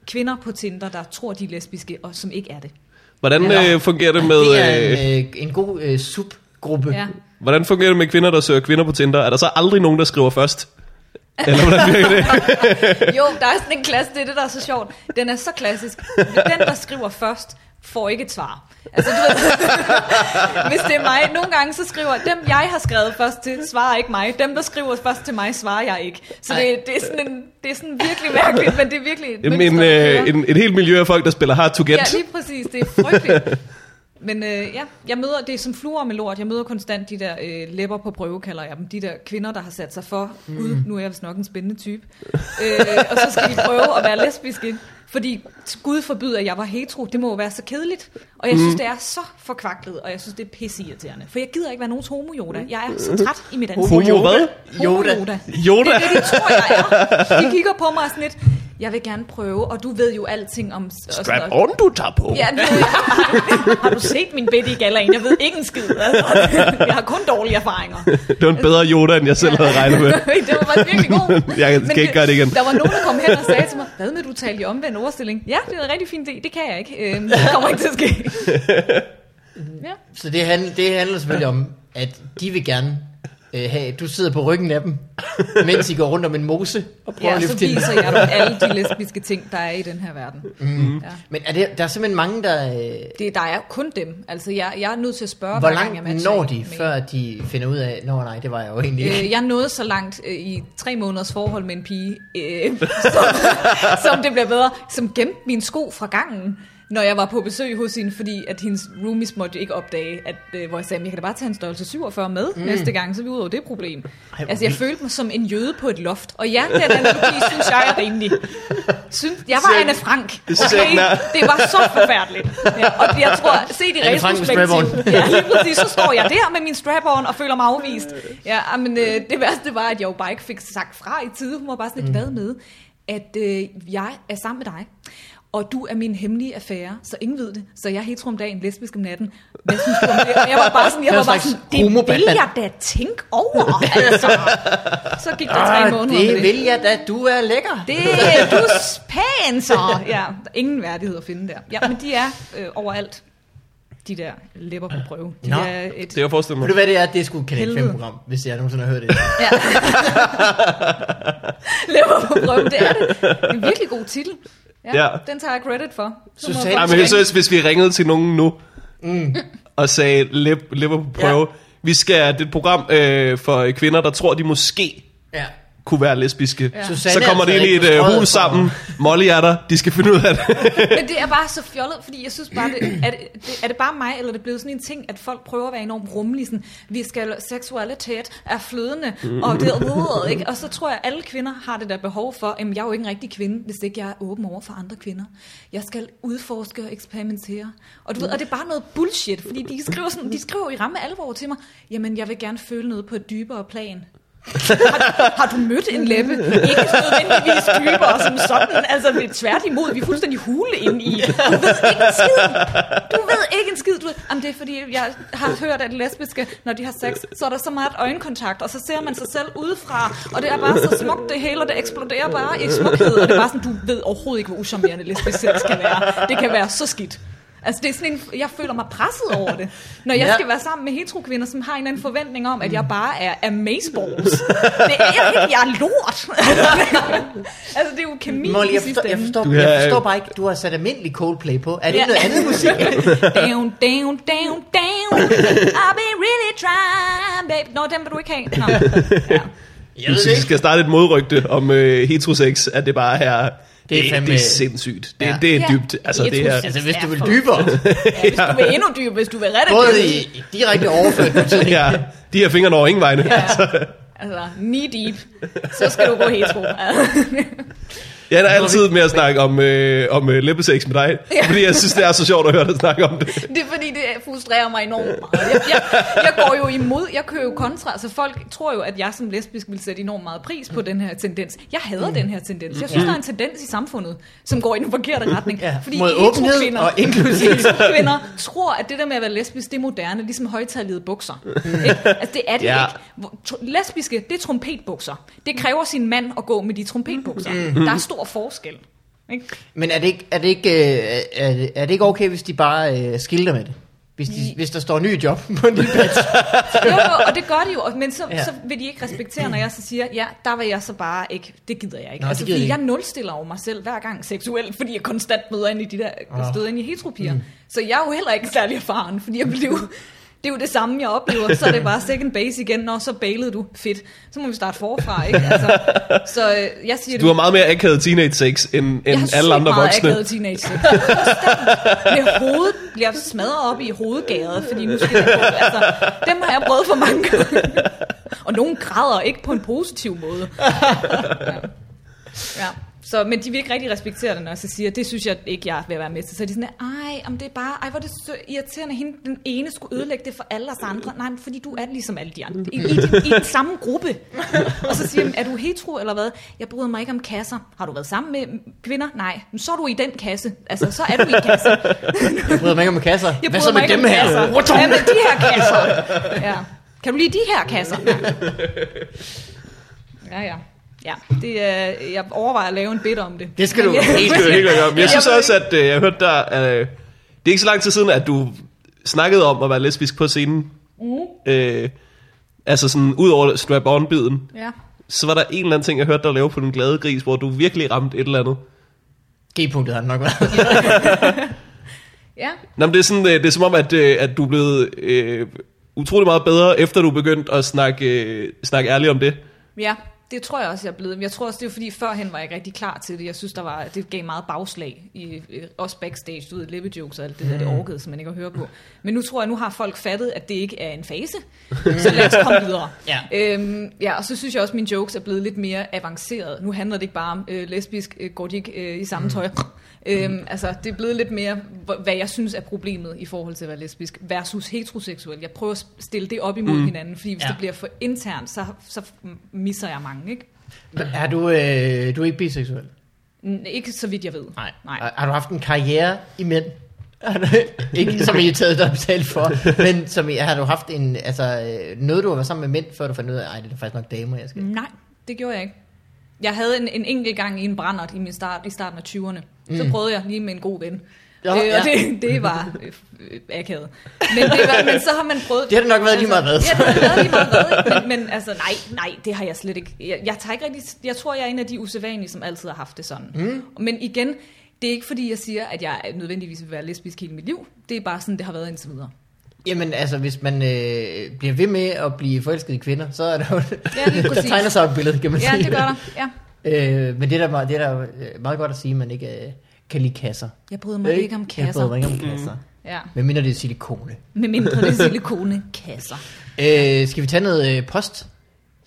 kvinder på Tinder, der tror, de er lesbiske, og som ikke er det.
Hvordan
Ja.
øh, fungerer det med...
Det
øh,
er en, øh, en god øh, subgruppe.
Ja.
Hvordan fungerer det med kvinder, der søger kvinder på Tinder? Er der så aldrig nogen, der skriver først? Eller hvordan virker det?
Jo, der er sådan en klasse, det er det, der er så sjovt. Den er så klassisk. Den, der skriver først, får ikke et svar. Altså, du ved, hvis det er mig, nogle gange så skriver, dem jeg har skrevet først til, svarer ikke mig. Dem, der skriver først til mig, svarer jeg ikke. Så det, det, er, sådan en, det er sådan virkelig mærkeligt, men det er virkelig et
Jamen,
mønster, der
en,
kører.
øh, en, et helt miljø af folk, der spiller hard to get.
Ja, lige præcis. Det er frygteligt. Men øh, ja, jeg møder, det er som fluer med lort, jeg møder konstant de der øh, læpper på prøve, kalder jeg dem. De der kvinder, der har sat sig for,
Mm.
gud, nu er jeg vist nok en spændende type. øh, og så skal de prøve at være lesbiske, fordi gud forbyder, at jeg var hetero. Det må jo være så kedeligt. Og
Mm.
jeg synes, det er så forkvaklet, og jeg synes, det er pisseirriterende. For jeg gider ikke være nogens homo-joda. Jeg er så træt i mit ansigt.
Homo hvad?
Yoda.
Homo-joda.
Yoda.
Det er det, de tror, jeg er. De kigger på mig og sådan lidt, jeg vil gerne prøve, og du ved jo alting om... og sådan
Strap
noget."
on, du tager på.
Ja, nu, har du set min bitte i galaen? Jeg ved ikke en skid. Altså. Jeg har kun dårlige erfaringer.
Det var en bedre Yoda, end jeg selv havde regnet med.
det var faktisk virkelig god.
Jeg skal
Men
ikke gøre det igen.
Der var nogen, der kom hen og sagde til mig, hvad med du taler i omvendt overstilling? Ja, det er en rigtig fin idé. Det kan jeg ikke. Øhm, det kommer ikke til at ske. Ja.
Så det handler, det handler selvfølgelig om, at de vil gerne øh, have, du sidder på ryggen af dem, mens I går rundt om en mose og prøver
ja,
at
så
løfte til.
viser jeg dem alle de lesbiske ting, der er i den her verden.
Mhm.
Men er det, der er simpelthen mange, der... Øh,
Det, der er kun dem. Altså, jeg, jeg er nødt til at spørge,
hvor
hver gang jeg
langt
matcher
når
en
de,
med
før de finder ud af, nå nej, det var jeg jo egentlig ikke.
Øh, jeg nåede så langt øh, i tre måneders forhold med en pige, øh, som, som det blev bedre, som gemte mine sko fra gangen, når jeg var på besøg hos hende, fordi at hendes roomies måtte jo ikke opdage, at, øh, hvor jeg sagde, "Men jeg kan da bare tage en størrelse 47 med mm. næste gang, så er vi ud over det problem.
hvor
altså, jeg
vildt.
følte mig som en jøde på et loft, og ja, den analogi synes jeg er rimelig. Synes, jeg var
Selv-
Anne Frank,
selv
okay?
når-
Det var så forfærdeligt. Ja, og jeg tror, set i
Anne Frank med strap-on.
retrospektiv, ja, lige præcis, så står jeg der med min strap-on og føler mig afvist. Ja, men øh, det værste var, at jeg jo bare ikke fik sagt fra i tide. Hun var bare sådan lidt
Mm.
glad med, at øh, jeg er sammen med dig, og du er min hemmelige affære, så ingen ved det. Så jeg er hetero om dagen, lesbisk om natten. Hvad synes du om det? Og Jeg var bare sådan, jeg
Det er
var bare
en slags
sådan det vil
homo-Batman.
jeg da tænke over, altså. Så gik der Øh, tre måneder med
Ah, det vil jeg da, du er lækker.
det er du er pæn, så. Ja, der er ingen værdighed at finde der. Ja, men de er øh, overalt, de der læpper på prøve. De
Nå.
er et,
Det er jeg forestillet
Ved
mig.
du hvad det er? Det er sgu et Kanal
Helvede.
5-program, hvis jeg nogensinde har hørt det.
ja. læpper på prøve, det er det. Det er en virkelig god titel. Ja,
Ja.
ja. Den tager jeg credit for. Så må jeg
Susanne-
Ej,
godt
men jeg
tænke,
synes, hvis vi ringede til nogen nu, og sagde, "Lip- lipper på prøve, vi skal, det er et program øh, for kvinder, der tror, de måske
Ja.
kunne være lesbiske.
Ja.
Susanne
Så kommer
er
de
altså
ind i
ikke
et øh,
strøget
hus
for-
sammen, Molly er der, de skal finde ud af det.
Men det er bare så fjollet, fordi jeg synes bare, det, er, det, det, er det bare mig, eller er det blevet sådan en ting, at folk prøver at være enormt rummelige, sådan, vi skal, seksualitet er flydende, og det er ikke? Og så tror jeg, at alle kvinder har det der behov for, at jeg er jo ikke en rigtig kvinde, hvis ikke jeg er åben over for andre kvinder. Jeg skal udforske og eksperimentere. Og, du ved, og det er bare noget bullshit, fordi de skriver, sådan, de skriver i ramme alvor til mig, jamen jeg vil gerne føle noget på et dybere plan. har, har du mødt en læbe? Ikke nødvendigvis dybere som sådan. Altså, vi er tværtimod, vi er fuldstændig hule inde i. Du ved ikke en skid. Du ved ikke en skid. Du ved, Jamen, det er fordi, jeg har hørt, at lesbiske, når de har sex, så er der så meget øjenkontakt, og så ser man sig selv udefra, og det er bare så smukt det hele, og det eksploderer bare i smukhed, og det er bare sådan, du ved overhovedet ikke, hvor uschammerende lesbisk sex kan være. Det kan være så skidt. Altså det er sådan en, jeg føler mig presset over det, når jeg
Ja.
ja. skal være sammen med heterokvinder, som har en eller anden forventning om, at jeg bare er amazeballs. det er jeg ikke, jeg er lort. altså det er jo kemi
Molly,
i
jeg forstår,
sidste
jeg,
ende.
forstår,
Du
jeg
er-
forstår bare ikke, du har sat almindelig Coldplay på. Er det
Ja.
ja. noget andet musik?
down, down, down, down. I've been really trying, babe. Nå, den vil du ikke have. Nå. Ja.
Jeg
Jeg
ved
synes,
det
vi
ikke.
skal starte et modrygte om øh, heterosex, at det bare er
Det er fandme...
det er sindssygt. Det,
Ja.
ja. det er
Ja.
dybt. Altså, det er,
altså, hvis du vil
Ja,
dybere,
for- Ja, hvis du vil endnu dybere, hvis du vil rette
både i i direkte overført betydning,
ja, de her fingre når ingen vegne. Ja.
Altså, knee deep, så skal du gå hetero.
Jeg er altid med at snakke om, øh, om øh, læbeseks med dig,
Ja.
ja. fordi jeg synes, det er så sjovt at høre dig snakke om det.
Det er fordi, det frustrerer mig enormt meget. Jeg, jeg, jeg går jo imod, jeg kører jo kontra, så folk tror jo, at jeg som lesbisk vil sætte enormt meget pris på den her tendens. Jeg hader
Mm.
den her tendens. Jeg synes, der er en tendens i samfundet, som går i den forkerte retning.
Mm. Ja,
fordi
mod
hetero
åbenhed
kvinder-
og inklusiv.
hetero kvinder tror, at det der med at være lesbisk, det er moderne, ligesom højtallede bukser.
Mm.
Ikke? Altså, det er det
Ja.
ikke. Hvor- tr- Lesbiske, det er trompetbukser. Det kræver sin mand at gå med de trompetbukser.
Mm.
Der er stor forskel. Ikke?
Men er det ikke, er det ikke, øh, er det, er det ikke okay, hvis de bare øh, skilter med det? Hvis, de, hvis der står ny job på en lille plads.
jo, jo, og det gør de jo, og- men så,
Ja.
ja. så vil de ikke respektere, når jeg så siger, ja, der var jeg så bare ikke, det gider jeg ikke.
Nå,
Nå,
det
altså,
gider
fordi
de
jeg nulstiller over mig selv hver gang seksuelt, fordi jeg konstant møder ind i de der,
Nå.
oh. støder ind i heteropiger. Mm. Så jeg er jo heller ikke særlig erfaren, fordi jeg blev... Det er jo det samme, jeg oplever. Så er det bare second base igen, når så bailede du. Fedt. Så må vi starte forfra, ikke? Altså, så øh, jeg siger
Du har meget mere akavet teenage sex, end,
jeg
end
har
alle
sygt
andre
meget
voksne.
akavet teenage sex. Konstant bliver hovedet bliver smadret op i hovedgade, fordi nu skal jeg gå. Altså, dem har jeg prøvet for mange gange. Og nogen græder ikke på en positiv måde. Ja. ja. Så, men de vil ikke rigtig respektere det, når jeg så siger, det synes jeg ikke, jeg vil være med til. Så er de sådan, ej, om det er bare, ej, hvor er det så irriterende, hende den ene skulle ødelægge det for alle os andre. Nej, men fordi du er ligesom alle de andre. I, i, din- i den samme gruppe. Og så siger de, er du hetero eller hvad? Jeg bryder mig ikke om kasser. Har du været sammen med kvinder? Nej. Men så er du i den kasse. Altså, så er du i kassen.
Jeg bryder mig ikke om kasser.
Jeg
Hvad
bryder
så med
mig ikke
dem
om
her?
kasser.
What the-
Hvad med de her kasser? Ja. Kan du lide de her kasser? Ja, ja. Ja, det, er- jeg overvejer at lave en bit om det.
Det skal du
Men jeg-
helt
Det skal du helt klart gøre. Men jeg synes
ved
også,
ikke.
at øh, jeg hørte der, øh, det er ikke så lang tid siden, at du snakkede om at være lesbisk på scenen. Mm. Øh, altså sådan, ud over strap-on-biden,
Ja.
så var der en eller anden ting, jeg hørte dig lave på den glade gris, hvor du virkelig ramte et eller andet.
G-punktet har det nok været.
Ja,
Nå, men det, er sådan, øh, det er som om, at, øh, at du er blevet øh, utrolig meget bedre, efter du er begyndt at snakke, øh, snakke ærligt om det.
ja. Det tror jeg også, jeg er blevet. Men Jeg tror også, det er fordi, førhen var jeg ikke rigtig klar til det. Jeg synes, der var, det gav meget bagslag, i, øh, også backstage, du ved, lippejokes og alt det der,
Mm.
det orkede simpelthen ikke at høre på. Men nu tror jeg, nu har folk fattet, at det ikke er en fase. Så lad os komme videre.
Ja.
Øhm, ja, og så synes jeg også, at mine jokes er blevet lidt mere avancerede. Nu handler det ikke bare om øh, lesbisk, øh, går de ikke øh, i samme tøj? Øhm, altså, det er blevet lidt mere, hvor- hvad jeg synes er problemet i forhold til at være lesbisk versus heteroseksuel. Jeg prøver at s- stille det op imod mm. hinanden, fordi hvis
Ja.
ja. det bliver for internt, så, så misser jeg mange, ikke?
Er du, øh, du er ikke biseksuel?
N- Ikke så vidt jeg ved.
Har-
Nej.
Har du haft en karriere i mænd? Har du- ikke som irriteret dig at betale for, men som i- har du haft en, altså, øh, noget du har været sammen med mænd, før du fandt ud af, ej, det er faktisk nok damer, jeg skal.
Nej, det gjorde jeg ikke. Jeg havde en, en enkelt gang i en brændert i, min start, i starten af 20'erne. Så prøvede jeg lige med en god ven.
Mm. Ja,
Ja, øh, og
ja.
det, det var øh, øh, akavet. Men, det var, men så har man prøvet... Altså,
Det har det nok været lige meget hvad, så.
Ja, det har været lige meget hvad. ikke? Men, men altså, nej, nej, det har jeg slet ikke. Jeg, jeg, tager ikke rigtig, jeg tror, jeg er en af de usædvanlige, som altid har haft det sådan. Mm. Men igen, det er ikke fordi, jeg siger, at jeg nødvendigvis vil være lesbisk hele mit liv. Det er bare sådan, det har været indtil videre.
Jamen altså, hvis man øh, bliver ved med at blive forelsket i kvinder, så er der jo,
Ja, lige
der
præcis.
tegner sig et billede, kan man
Ja,
sige.
det gør der. Ja.
Øh, men det er da meget, det er da øh, meget godt at sige, at man ikke øh, kan lide kasser.
Jeg bryder mig ikke om
Jeg bryder mig
kasser. Mm.
ikke om kasser.
Ja.
Men mindre det er silikone.
Med mindre det er silikonekasser.
Øh, skal vi tage noget øh, post?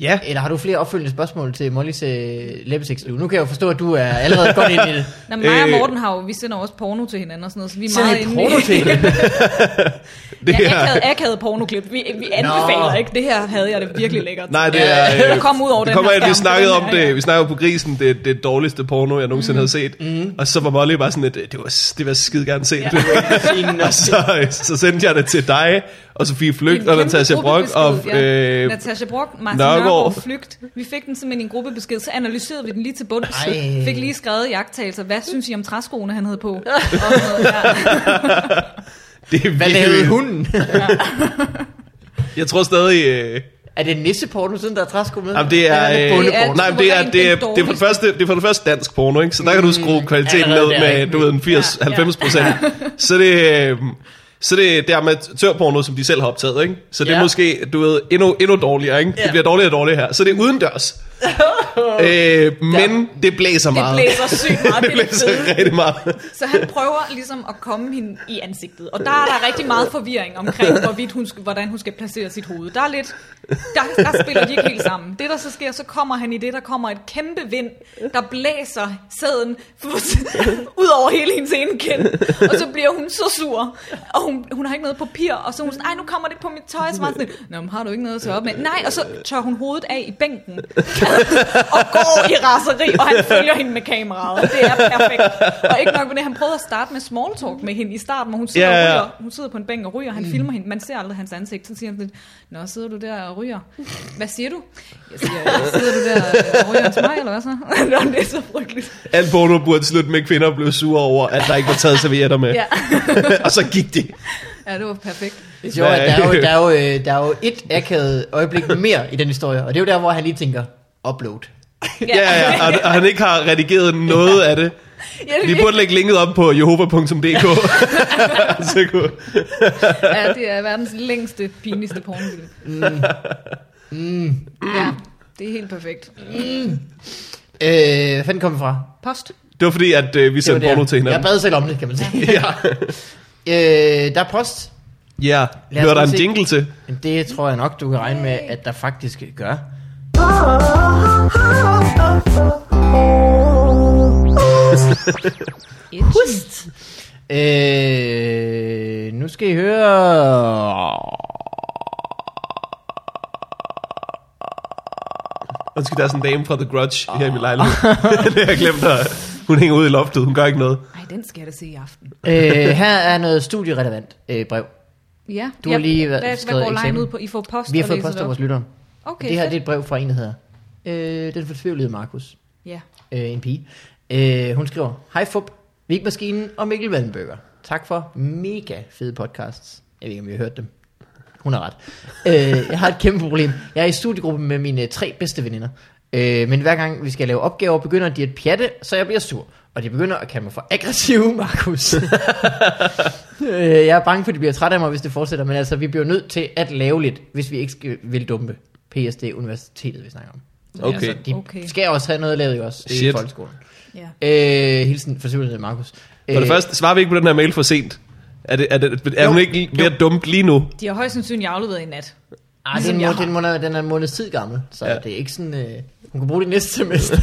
Ja.
Eller har du flere opfølgende spørgsmål til Mollys øh, læbesexliv? Nu kan jeg jo forstå, at du er allerede godt ind i det.
Nå, men mig og
Øh.
Morten har jo, vi sender også porno til hinanden og sådan noget, så vi er
Send
meget
et
inde
porno
i...
til hende.
Det
Ja,
er,
akavet, akavet pornoklip. Vi, vi anbefaler
Nå.
ikke. Det her havde jeg det virkelig lækkert.
nej, det
Ja,
er... øh,
Det kom ud over
det
den
kommer
her
af, at vi
skærm.
snakkede om
Ja, Mhm. ja.
det. Vi snakkede på Grisen, det, det dårligste porno, jeg nogensinde mm. havde set. Mm. Og så var Molly bare sådan, at det var, det var skide gerne set. Ja. og så, øh, så sendte jeg det til dig, og Sofie Flygt,
En
og
kæmpe
Natasha Brock,
gruppebesked,
og...
ja.
Øh,
Natasha Brock, Martin
Nørgaard.
Nørgaard, Flygt. Vi fik den simpelthen i en gruppebesked, så analyserede vi den lige til bunds.
Ej.
Fik lige skrevet i jagttagelser, hvad synes I om træskoene, han havde på? Og sådan noget, ja.
det er
Hvad lavede hunden?
Jeg tror stadig... Øh,
er det nisseporno, siden der er træsko med?
Jamen, det
Eller
er, øh,
det
er-
bondeporno?
nej, men det er,
suverænt
det, er,
den
det, er for det,
dårligste.
første, det er for det første dansk porno, ikke? Så der kan du skrue kvaliteten
Mm. allerede
ned
der,
med,
ikke?
du ved, en 80-90
Ja, ja.
procent. Så det, øh, så det der med tørporno, som de selv har optaget, ikke? Så det er
Ja.
måske, du ved, endnu, endnu dårligere, ikke?
Ja.
Det bliver dårligere og dårligere her. Så det er udendørs. Øh, men det blæser
Det
meget.
blæser sygt meget.
det
det er det
blæser
fede.
rigtig meget.
Så han prøver ligesom at komme hende i ansigtet. Og der er der rigtig meget forvirring omkring, hvorvidt hun skal, hvordan hun skal placere sit hoved. Der er lidt... Der, der spiller de ikke helt sammen. Det, der så sker, så kommer han i det, der kommer et kæmpe vind, der blæser sæden ud over hele hendes ene kind. Og så bliver hun så sur, og hun, hun har ikke noget papir. Og så er hun sådan, ej, nu kommer det på mit tøj. Og så var jeg sådan, lidt, Nå, men har du ikke noget at tage op med? Nej, og så tør hun hovedet af i bænken. og går i raseri, og han følger hende med kameraet. Det er perfekt. Og ikke nok med det, han prøvede at starte med small talk med hende i starten, hvor hun sidder,
Ja, ja, ja.
Og ryger. hun sidder på en bænk og ryger, og han mm. filmer hende. Man ser aldrig hans ansigt. Så siger han lidt, Nå, sidder du der og ryger? Hvad siger du? Jeg siger, sidder du der og ryger hos mig, eller hvad så? Nå, det er så frygteligt.
Alt porno burde slutte med at kvinder blev sure over, at der ikke var taget servietter med.
Ja,
og så gik det.
ja det var perfekt.
Det er sjovt, at der er jo, der er jo, øh, der er jo et akavet øjeblik mere i den historie, og det er jo der, hvor han lige tænker, upload.
Ja, ja, ja. Og, og han ikke har redigeret noget af det.
ja, det,
Vi
er
burde lægge linket op på jehova.dk. så kunne,
virkelig- ja, det er verdens længste, pinligste pornofilm. Mm. Mm. Ja, det er helt perfekt.
Øh, hvad fanden kom vi fra?
Post.
det var fordi, at øh, vi
Det var
sendte porno
der.
til
Jeg
hinanden.
bad selv om det, kan man sige.
Ja,
øh, der er post.
ja.
Lad os
hører der
nu
en
se.
jingle til?
Jamen, Det tror jeg nok, du kan regne med, at der faktisk gør.
Ah, ah,
Post.
Øh, nu skal I høre...
Undskyld, der er sådan en dame fra The Grudge her i min lejlighed. det har jeg glemt. At, hun hænger ude i loftet. Hun gør ikke noget.
Ej, den skal jeg da se i aften.
øh, her er noget studierelevant øh, brev.
Ja.
Du har lige været-
hvad, hvad
skrevet
går lejen
eksamen.
ud på? I får post
Vi har
og
fået
læser
post
det
af
op.
vores lyttere.
Okay,
det her
fedt.
det er et brev fra en, der hedder... Øh, den fortvivlede Markus.
Ja.
øh, en pige. Øh, hun skriver, Hej Fup, Vigmaskinen og Mikkel Wallenbøger. Tak for mega fede podcasts. Jeg ved ikke, om I har hørt dem. Hun har ret. Øh, jeg har et kæmpe problem. Jeg er i studiegruppe med mine øh, tre bedste veninder. Øh, men hver gang vi skal lave opgaver, begynder de at pjatte, så jeg bliver sur. Og de begynder at kalde mig for aggressiv, Markus. øh, jeg er bange for, at de bliver trætte af mig, hvis det fortsætter. Men altså, vi bliver nødt til at lave lidt, hvis vi ikke skal, vil dumpe. PSD Universitetet, vi snakker om. Så
Okay.
Altså, de
Okay.
skal også have noget lavet, jo også? Det er
Shit.
folkeskolen.
ja.
Øh, hilsen fortvivlende Markus. ah,
For det første, svarer vi ikke på den her mail for sent. Er, det, er, det, er
Øh. Jo.
hun ikke ved at dumpe lige nu?
De har højst sandsynligt afleveret i nat.
Ah,
ligesom
den, må,
jeg har.
den, må, den er en måneds tid gammel, så
Ja.
ja. det er ikke sådan... Øh, hun kan bruge det næste semester.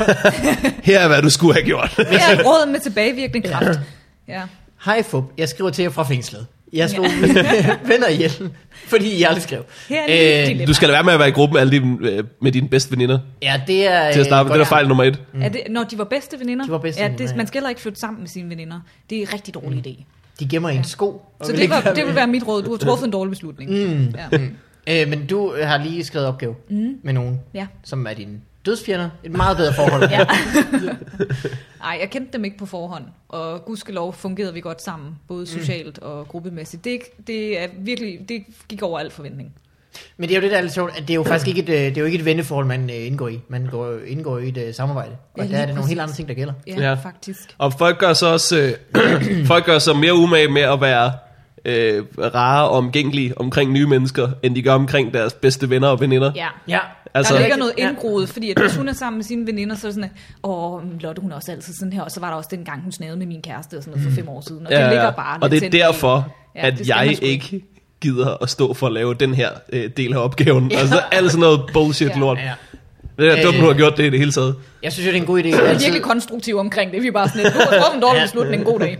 Her er, hvad du skulle have gjort.
Det er et råd med tilbagevirkende kraft. Ja.
Hej Fub, jeg skriver til jer fra fængslet. Jeg slog mine venner ihjel, fordi I aldrig skrev. Øh,
Her er en lille dilemma.
Du skal lade være med at være i gruppen med, alle dine, øh, med dine bedste veninder.
ja, det Øh, er...
Til at starte med,
godt.
det er fejl nummer et.
Er det, når de var bedste veninder?
Mm. De var bedste
ja, det,
veninder, ja. Mm.
Man skal heller ikke flytte sammen med sine veninder. Det er en rigtig dårlig idé.
De gemmer en sko. Mm. og
Så
vil
det,
ikke
var,
være
det vil
med.
være mit råd. Du har truffet en dårlig beslutning. Mm. Ja.
Øh, men du har lige skrevet opgave mm. med nogen,
ja.
som er dine dødsfjender. Et meget bedre forhold.
ja. Ej, jeg kendte dem ikke på forhånd, og gudskelov fungerede vi godt sammen,
Mm.
både socialt og gruppemæssigt. Det, er ikke- det, er virkelig, det gik over al forventning.
Men det er jo det, der er lidt sjovt, at det er jo faktisk ikke et, øh, det er jo ikke et venneforhold, man øh, indgår i. Man går, jo- indgår i et øh, samarbejde.
Ja,
Og
lige
der er det nogle
præcis.
helt andre ting, der gælder.
Ja,
Ja.
ja. faktisk.
Og folk gør så også øh, folk gør sig mere umage med at være øh, rare og omgængelige omkring nye mennesker, end de gør omkring deres bedste venner og veninder.
Ja.
Ja,
Altså,
Altså,
der ligger noget
Ja.
indgroet, fordi at hvis hun er sammen med sine veninder, så er det sådan, at åh, Lotte, hun er også altid sådan her, og så var der også den gang, hun snavede med min kæreste og sådan noget for fem år siden, og ja, det ligger bare
og
lidt
det er
tændt i en.
derfor,
Ja,
ja,
det
at
skal man
jeg
sgu
ikke gider at stå for at lave den her øh, del af opgaven. Ja. Altså, alt sådan noget bullshit
Ja. Mm.
lort.
Ja.
Det er dumt,
Øh.
hun har gjort det i det hele taget.
Jeg synes jo, det er en god idé.
Vi er
Altid,
virkelig konstruktive omkring det. Vi er bare sådan, lidt, du har truffet en dårlig
Ja.
beslutning, en god dag.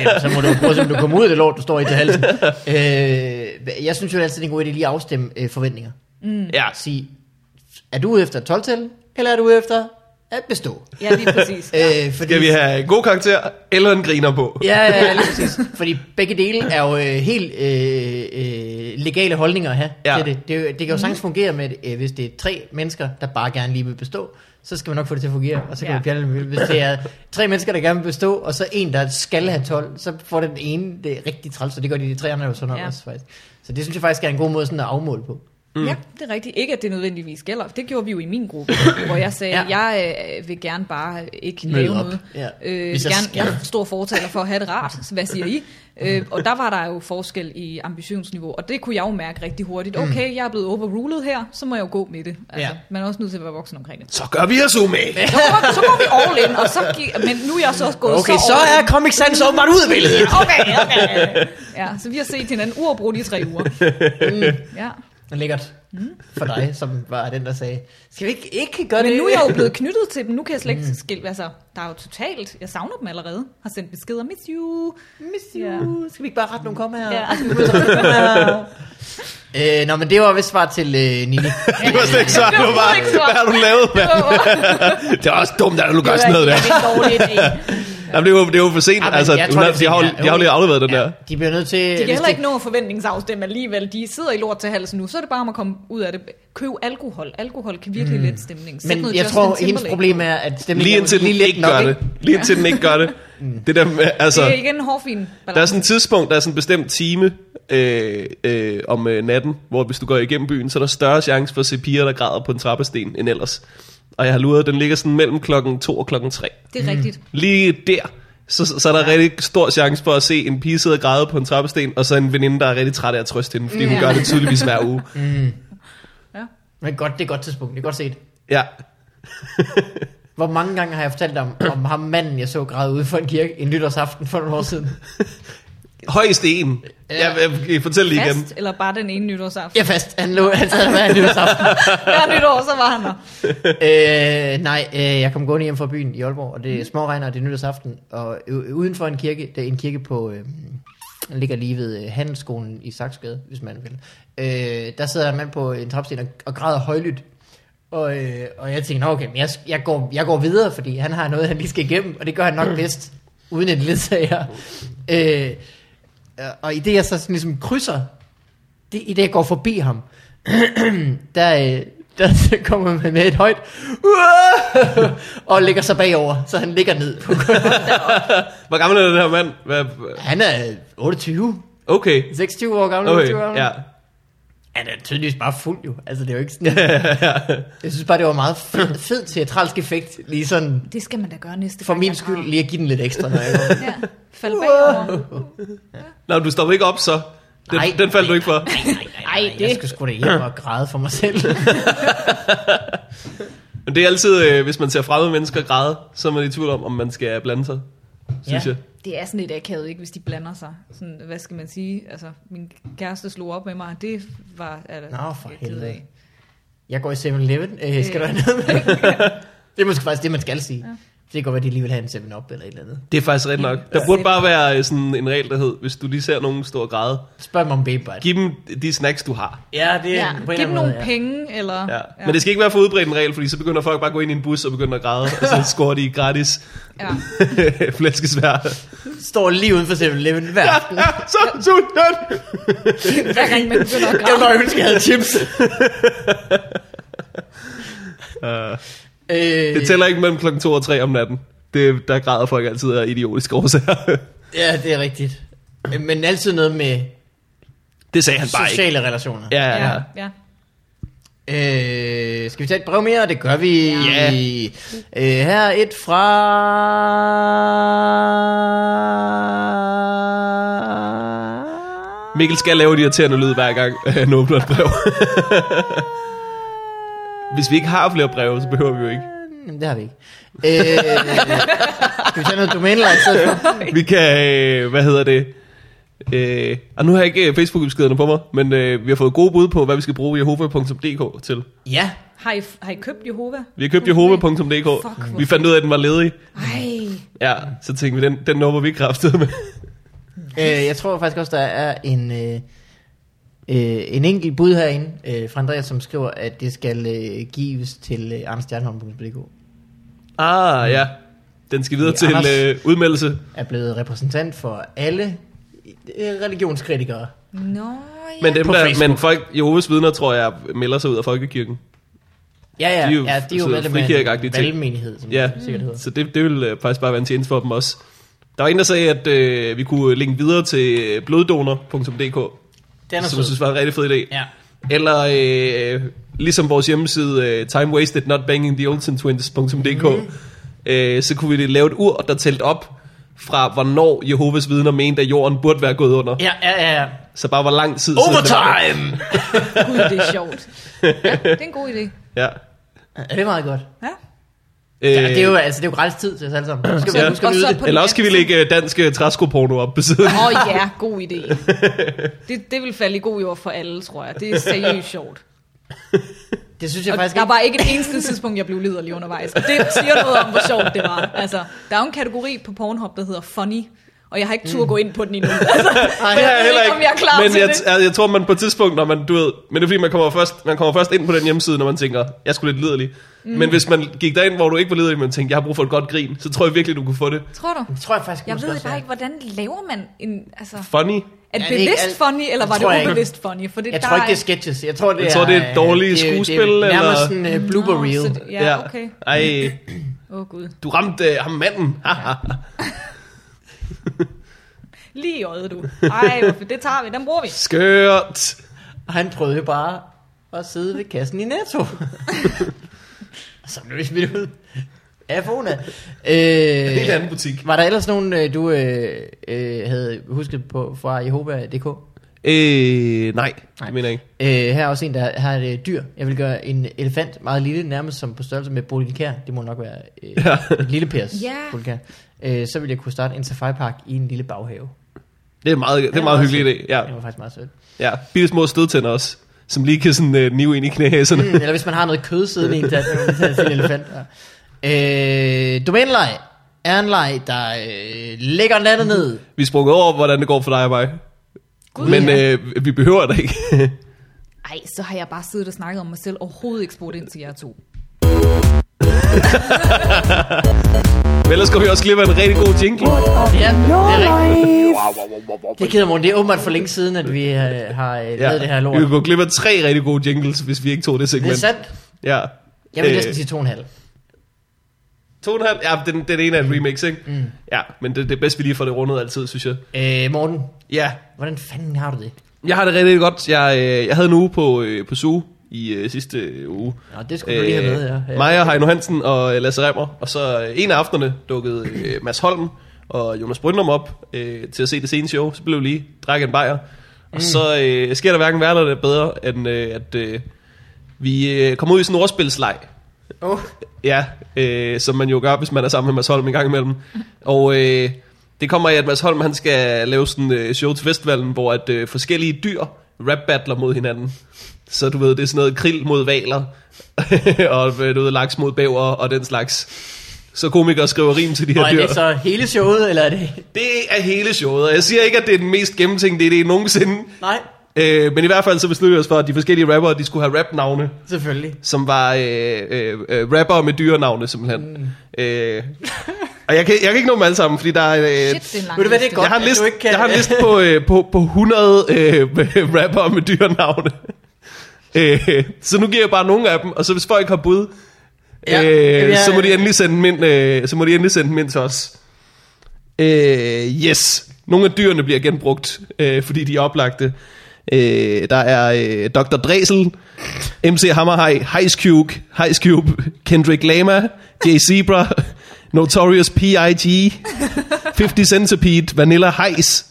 ja, så må du prøve, så du kommer ud af det lort, du står i til halsen. øh, jeg synes jo altid, det er en god idé lige at afstemme øh, forventninger.
Ja,
Sige, er du ude efter et 12 -tal, eller er du ude efter at bestå?
Ja, lige præcis. Ja.
Øh, fordi,
skal vi have en god karakter eller en griner på?
Ja, ja, ja, lige præcis. Fordi begge dele er jo øh, helt øh, øh, legale holdninger at have
Ja.
ja. til det. Det, er jo- det kan jo sagtens fungere med, øh, hvis det er tre mennesker, der bare gerne lige vil bestå, så skal man nok få det til at fungere, og så kan
Ja.
ja. man pjatte lidt. Hvis det er tre mennesker, der gerne vil bestå, og så en, der skal have 12, så får den ene det rigtig træls, og det gør de, de tre andre jo sådan
Ja.
ja. også faktisk. Så det synes jeg faktisk er en god måde sådan at afmåle på.
Mm. Ja, det er rigtigt. Ikke, at det nødvendigvis gælder. Det gjorde vi jo i min gruppe, hvor jeg sagde,
Ja.
ja. jeg øh, vil gerne bare ikke
Møde
lave
op.
noget.
Ja.
Øh,
Hvis jeg
gerne,
skal.
jeg er stor fortaler for at have det rart, så hvad siger I? Øh, og der var der jo forskel i ambitionsniveau, og det kunne jeg jo mærke rigtig hurtigt. Okay, jeg er blevet overrulet her, så må jeg jo gå med det. Altså,
Mm. Ja.
ja. Man er også nødt til at være voksen omkring det.
Så gør vi os umage.
Så går, så går vi all in, og så gik, men nu er jeg så også gået
Okay,
så,
så
all
er Comic Sans åbenbart ud af billedet.
Okay, okay. Ja, så vi har set hinanden uafbrudt i tre uger. Mm, Ja.
Lækkert for dig, som var den, der sagde, skal vi ikke, ikke gøre det?
Men nu er jeg jo blevet knyttet til dem. Nu kan jeg slet ikke skille. Altså, der er jo totalt... Jeg savner dem allerede. Har sendt beskeder. Miss you.
Miss you.
you.
Skal vi ikke bare rette nogle kommer her?
Ja.
øh, nå, men det var vist svar til øh, Nini.
Det var slet ikke svært, det var
Det
bare,
var ikke svært.
hvad har du lavet, mand? Det var også dumt, at du gør sådan noget der.
Det er en dårlig idé.
Jamen, det er jo, det er jo for sent,
Jamen,
altså,
jeg tror,
hun har,
det er
de, har,
for
jo-
sent, ja.
de har jo lige afleveret den der.
Ja, de bliver nødt til...
De kan
hvis
heller ikke nå at forventningsafstemme alligevel. De sidder i lort til halsen nu. Så er det bare om at komme ud af det. Køb alkohol. Alkohol kan virkelig mm. lette stemningen. Sæt
Men
noget
jeg
Justin
tror, hendes
Timberlake
problem
på.
er, at stemmen
Lige indtil den
lige let
ikke
nok, Mm.
gør det. Lige indtil den ikke gør det. Det der med, altså...
Det er igen en hårfin
Der er
balance.
sådan et tidspunkt, der er sådan en bestemt time øh, øh, om øh, natten, hvor hvis du går igennem byen, så er der større chance for at se piger, der græder på en trappesten, end ellers. Og jeg har luret, den ligger sådan mellem klokken 2 og klokken 3.
Det er rigtigt.
Lige der, så, så er der rigtig stor chance for at se en pige sidde og græde på en trappesten, og så en veninde, der er rigtig træt af at trøste hende, fordi hun
Ja.
gør det tydeligvis hver uge.
Ja.
Men godt, det er et godt tidspunkt. Det er godt set.
Ja,
Hvor mange gange har jeg fortalt om, om ham manden, jeg så græde ude for en kirke en nytårsaften for nogle år siden?
højst en. Ja. Jeg, jeg, fortæl lige igen.
Fast, eller bare den ene nytårsaften.
Jeg er fast. Han lå altså hver nytårsaften.
Hver nytår, så var han der.
øh, nej, øh, jeg kom gående hjem fra byen i Aalborg, og det er småregner, og det er nytårsaften. Og u- uden for en kirke, det er en kirke på... Øh, den ligger lige ved øh, handelsskolen i Saksgade, hvis man vil. Øh, der sidder en mand på en trapsten og, og græder højlydt. Og, øh, og jeg tænkte, "Nå, okay, men jeg, jeg, går, jeg går videre, fordi han har noget, han lige skal igennem, og det gør han nok bedst, uden en ledsager. Øh, og i det, jeg så sådan ligesom krydser det, i det jeg går forbi ham, der, øh, der så kommer man med et højt, "Uah!" og ligger sig bagover, så han ligger ned. På gulvet.
Hvor gammel er den her mand? Hvad?
han er 28,
Okay.
26 år gammel.
Okay,
27 år gammel.
ja.
Han er tydeligvis bare fuld jo, altså det er jo ikke sådan. jeg synes bare, det var meget fed, fed teatralsk effekt, lige sådan,
Det skal man da gøre næste
for
gang,
min
jeg
skyld,
græder.
lige at give den lidt ekstra. Når jeg går.
Ja. Fald bagover.
Nå, du stopper ikke op, så. Den,
Nej.
den faldt du ikke for.
Ej, det... jeg skulle sgu da hjem og græde for mig selv.
Men det er altid, øh, hvis man ser fremmede mennesker græde, så er man i tvivl om, om man skal blande sig, synes
Ja.
ja. jeg.
Det er sådan lidt akavet, ikke, hvis de blander sig. Sådan, hvad skal man sige? Altså, min kæreste slog op med mig, og det var... Altså,
Nå, for
jeg er ked
helvede.
af.
Jeg går i 7-Eleven. Øh, skal du have noget med? det er måske faktisk det, man skal sige. Ja. Det kan godt være, at de lige vil have en 7-Up eller et eller andet.
Det er faktisk ret nok. Der burde bare være øh, sådan en regel, der hed, hvis du lige ser nogen stå og græde,
Spørg mig om Babe Bite.
giv dem de snacks, du har.
Ja, det
Ja, giv dem nogle penge, eller...
Ja. Ja. Men det skal ikke være for udbredt en regel, fordi så begynder folk bare at gå ind i en bus og begynder at græde, og så scorer de gratis
Ja.
flæskesvær.
Står lige uden for 7-Eleven hver aften.
Ja, så, så, så.
Hver gang man begynder at
Jeg
græde.
var ønske, jeg havde chips. øh,
Det tæller ikke mellem klokken 2 og 3 om natten. Det, der græder folk altid af idiotiske årsager.
Ja, det er rigtigt. Øh, Men altid noget med
Det sagde han bare ikke.
sociale relationer.
Ja, ja, ja.
ja.
Øh, skal vi tage et brev mere? Det gør vi.
Ja.
Øh, her er et fra...
Mikkel skal lave de irriterende lyd hver gang, han åbner et brev. Hvis vi ikke har flere breve, så behøver vi jo ikke.
Jamen, det har vi ikke. Øh, skal vi tage noget domænelejt i stedet for?
Vi kan, øh, hvad hedder det? Øh, og nu har jeg ikke øh, Facebook-beskederne på mig, men øh, vi har fået gode bud på, hvad vi skal bruge jehova.dk til.
Ja,
Har I, har I købt Jehova?
Vi har købt jehova.dk.
Fuck, hvor
Vi fandt ud af, at den var ledig.
Ej,
Ja, så tænkte vi, den, den nummer vi kraftede med.
øh, jeg tror faktisk også, der er en, øh, øh, en enkelt bud herinde øh, fra Andreas, som skriver, at det skal øh, gives til øh, arnstjernholm.dk.
Ah, ja. Den skal videre
Ja,
til
Anders.
øh, udmeldelse.
Er blevet repræsentant for alle øh, religionskritikere.
nå ja.
Men, dem,
På
der, men
Facebook.
folk, Jehovas vidner, tror jeg, melder sig ud af folkekirken.
Ja, ja,
De er jo-
ja, de er jo
så
medlem af en
frikirkeagtige ting.
valgmenighed, som
Ja,
yeah. det Mm, sikkert hedder.
så det, det ville øh, faktisk bare være en tjeneste for dem også. Der var en, der sagde, at øh, vi kunne linke videre til bloddonor.dk,
Den er
som jeg
sød.
synes var en rigtig fed idé.
Ja.
Eller øh, ligesom vores hjemmeside øh, timewastednotbangingtheolsentwins.dk mm. øh, så kunne vi lave et ur, der tælte op fra, hvornår Jehovas vidner mente, at jorden burde være gået under.
Ja, ja, ja. ja.
Så bare hvor lang tid... siden det var.
Overtime!
Gud, det er sjovt. Ja, det er en god idé.
Ja.
Ja, det er meget godt.
Ja.
Øh,
Ja, det er jo, altså, det er jo gratis tid til os alle sammen. Nu skal vi,
Ja.
nu skal
Og
vi
så
nyde det.
på den
Eller også kan vi
anden
lægge danske træskoporno op på siden.
Åh oh, ja, god idé. Det, det vil falde i god jord for alle, tror jeg. Det er seriøst sjovt.
Det synes jeg
Og
faktisk
der er bare ikke et eneste tidspunkt, jeg blev liderlig undervejs. Og det siger noget om, hvor sjovt det var. Altså, der er jo en kategori på Pornhub, der hedder funny. Og jeg har ikke
Mm.
tur at gå ind på den endnu. Altså,
Ej,
men
jeg
jeg ved ikke, om jeg er klar
men
til
jeg,
det.
altså, jeg tror, man på et tidspunkt, når man, du ved, men det er fordi, man kommer først, man kommer først ind på den hjemmeside, når man tænker, jeg skulle lidt liderlig. Mm. Men hvis man gik derind, hvor du ikke var liderlig, men tænkte, jeg har brug for et godt grin, så tror jeg virkelig, du kunne få det.
Tror du?
tror jeg faktisk
Jeg
måske
ved
også,
bare
ja.
ikke, hvordan laver man en... Altså,
Funny.
er det
Ja, det er ikke
bevidst
alt-
funny, eller var
Det tror jeg
det
ikke.
ubevidst funny? For det,
Jeg
der
tror ikke, det
er-
er sketches. Jeg tror, det
Jeg tror, det er dårlige
det er-
skuespil,
Det er nærmest
eller-
sådan uh, blooper
Nå,
reel.
så det- Ja, okay.
Ej,
Åh, oh, Gud.
du ramte øh, ham manden. Haha.
Lige i øjet, du. Ej, hvorfor- det tager vi. Den bruger vi.
Skørt.
Og han prøvede jo bare at sidde ved kassen i Netto. Så blev vi smidt ud af Fona.
En helt
Øh,
anden butik.
var der ellers nogen, øh, du øh, øh, havde husket på fra Jehova.dk?
Øh, nej, det mener jeg ikke.
Øh, her er også en, der har et øh, dyr. Jeg vil gøre en elefant meget lille, nærmest som på størrelse med Bodil Kær. Det må nok være øh, ja. lille Pers
Ja.
Bodil Kjær. Øh, så vil jeg kunne starte en safaripark i en lille baghave.
Det er meget, det er
Den
meget
meget
hyggelig idé. Ja,
Det var faktisk meget sødt.
ja. Bitte små stødtænder også, som lige kan sådan øh, nive ind i knæhæserne.
Mm, eller hvis man har noget kød siddende i en tand, så kan man tage en elefant. Ja. Øh, domænelej er en leg, der øh, lægger landet ned.
Vi sprang over, hvordan det går for dig og mig.
Gud,
Men
ja.
øh, vi behøver det ikke.
Ej, så har jeg bare siddet og snakket om mig selv. Overhovedet ikke spurgt ind til jer to.
Øh,
Men ellers går vi også glip af en rigtig god jingle.
Ja, det er rigtigt.
Life.
Det keder mig, det er åbenbart for længe siden, at vi øh, har øh, lavet det her lort.
Vi kunne gå glip af tre rigtig gode jingles, hvis vi ikke tog det
Det er
segment.
sandt.
Ja.
Jeg vil
Øh,
næsten sige to og en halv.
To og en halv. Ja, den, den ene er en remix, ikke? Mm. Ja, men det, det er bedst, vi lige får det rundet altid, synes jeg.
Øh, Morten,
Ja,
hvordan fanden har du det?
jeg har det rigtig godt. Jeg, øh, jeg havde en uge på, øh, på Zoo i øh, sidste øh, uge.
Nå, det skulle du lige have med, ja.
Maja, Heino Hansen og øh, Lasse Remmer. Og så øh, en af aftenerne dukkede øh, Mads Holm og Jonas Brøndum op øh, til at se det seneste show. Så blev vi lige drak en bajer. Og mm. så øh, sker der hverken værre eller bedre, end øh, at øh, vi øh, kommer ud i sådan en ordspilsleg.
Oh.
Ja, øh, som man jo gør, hvis man er sammen med Mads Holm en gang imellem. Og øh, det kommer af, at Mads Holm han skal lave sådan øh, show til festivalen, hvor at øh, forskellige dyr rap-battler mod hinanden. Så du ved, det er sådan noget krill mod valer, og øh, du ved, laks mod bæver og den slags. Så komikere skriver rim til de her
Og er
dyr.
det så hele showet, eller er det...
Det er hele showet, og jeg siger ikke, at det er den mest gennemtænkte idé nogensinde.
Nej,
Øh, men i hvert fald så besluttede vi os for, at de forskellige rappere, de skulle have rap-navne
selvfølgelig.
som var øh, øh, øh, rapper med dyrenavne, simpelthen. Mm. Øh, og jeg kan, jeg kan ikke nå dem alle sammen, fordi der er... Øh,
Shit, det er en lang
Ved du hvad, det er
liste.
godt.
jeg har en
at
liste,
du ikke kan-
jeg har en liste på, øh, på, på 100 øh, rapper med dyrenavne. Øh, så nu giver jeg bare nogle af dem, og så hvis folk har bud,
Ja,
ja,
jamen,
øh,
jeg-
så må de endelig sende dem ind, øh, så må de endelig sende dem ind til os. Øh, yes. Nogle af dyrene bliver genbrugt, øh, fordi de er oplagte. Øh, der er øh, Dr. Dresel, MC Hammerhaj, Heis Cube, Heis Cube, Kendrick Lama, Jay Zebra, Notorious P.I.G., 50 Centipede, Vanilla Heis,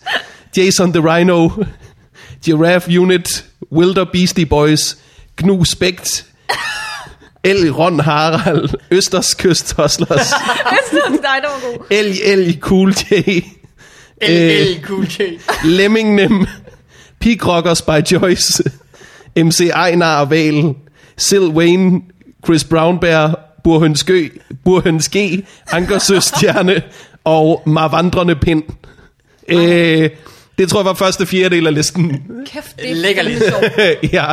Jason the Rhino, Giraffe Unit, Wilder Beastie Boys, Gnu Spekt, Elg Ron Harald, Østers Kyst Hustlers,
Jeg synes, dig, der var god.
Elg Elg Cool J, Øh,
LL Cool J.
Lemming Nem, Peak Rockers by Joyce, MC Ejnar og Val, Sil Wayne, Chris Brown Bear, Burhøns Gø, Burhøns G, Ankersøs Stjerne og Marvandrende Pind. Øh, det tror jeg var første fjerdedel af listen.
Kæft, det er
Lækker
fandme sjovt.
ja,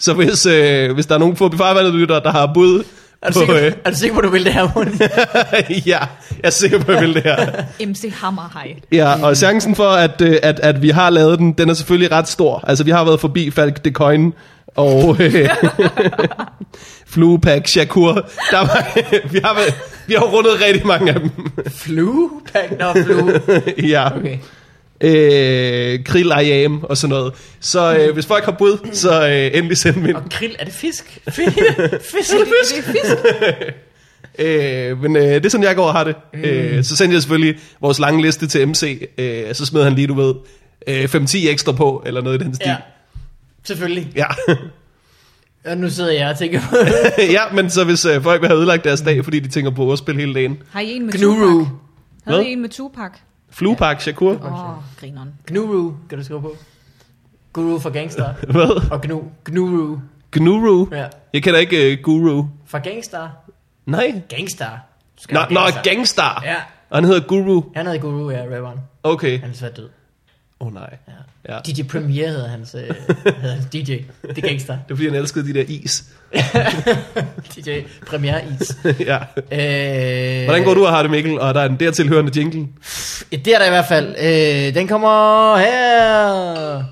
så hvis, øh, hvis der er nogen forbi farvandet lytter, der har bud
Er du
på,
sikker, er du sikker på, at du vil det her, Morten?
øh, ja, jeg er sikker på, at jeg vil det her.
MC Hammerhej.
Ja, og chancen for, at, øh, at, at vi har lavet den, den er selvfølgelig ret stor. Altså, vi har været forbi Falk de Coin og øh, Fluepak, Shakur. Der var, vi, har, været- vi har rundet rigtig mange af dem.
Flue? Pack, no, flue.
ja.
Okay.
øh, krill I am og sådan noget. Så øh, hvis folk har bud, så øh, endelig send dem ind.
Og grill, er det fisk?
Fisk. Er det fisk? Det er fisk.
Øh, men øh, det er sådan, jeg går og har det. Mm. Øh, så sendte jeg selvfølgelig vores lange liste til MC. Øh, så smed han lige, du ved, øh, 5-10 ekstra på, eller noget i den stil.
Ja.
Ja.
Selvfølgelig.
Ja,
Og nu sidder jeg og tænker på
ja men så hvis øh, folk vil have ødelagt deres dag, fordi de tænker på ordspil hele dagen.
Har I en med
Gnuru.
Tupac? Havde
Hvad?
I en med Tupac?
Fluepak, Shakur.
Åh, oh, grineren.
Gnuru, kan du skrive på? Guru for gangster.
Hvad?
Og gnu, Gnuru.
Gnuru?
Ja.
Jeg kender ikke øh, Guru.
For gangster.
Nej.
Gangster. Du skal
Nå,
have
nå,
gangster.
Gangstar.
Ja.
Og han hedder Guru.
Han havde Guru, ja, rapperen.
Okay.
Han er svært død.
Åh oh, nej.
Ja.
Ja.
DJ Premier hedder hans, øh, hedder hans DJ. Det er gangster.
Det er fordi, han elskede de der is.
DJ Premier Is.
ja.
Øh,
Hvordan går du og har det, Mikkel? Og der er en dertilhørende jingle.
Ja, Det er der i hvert fald. Øh, den kommer her.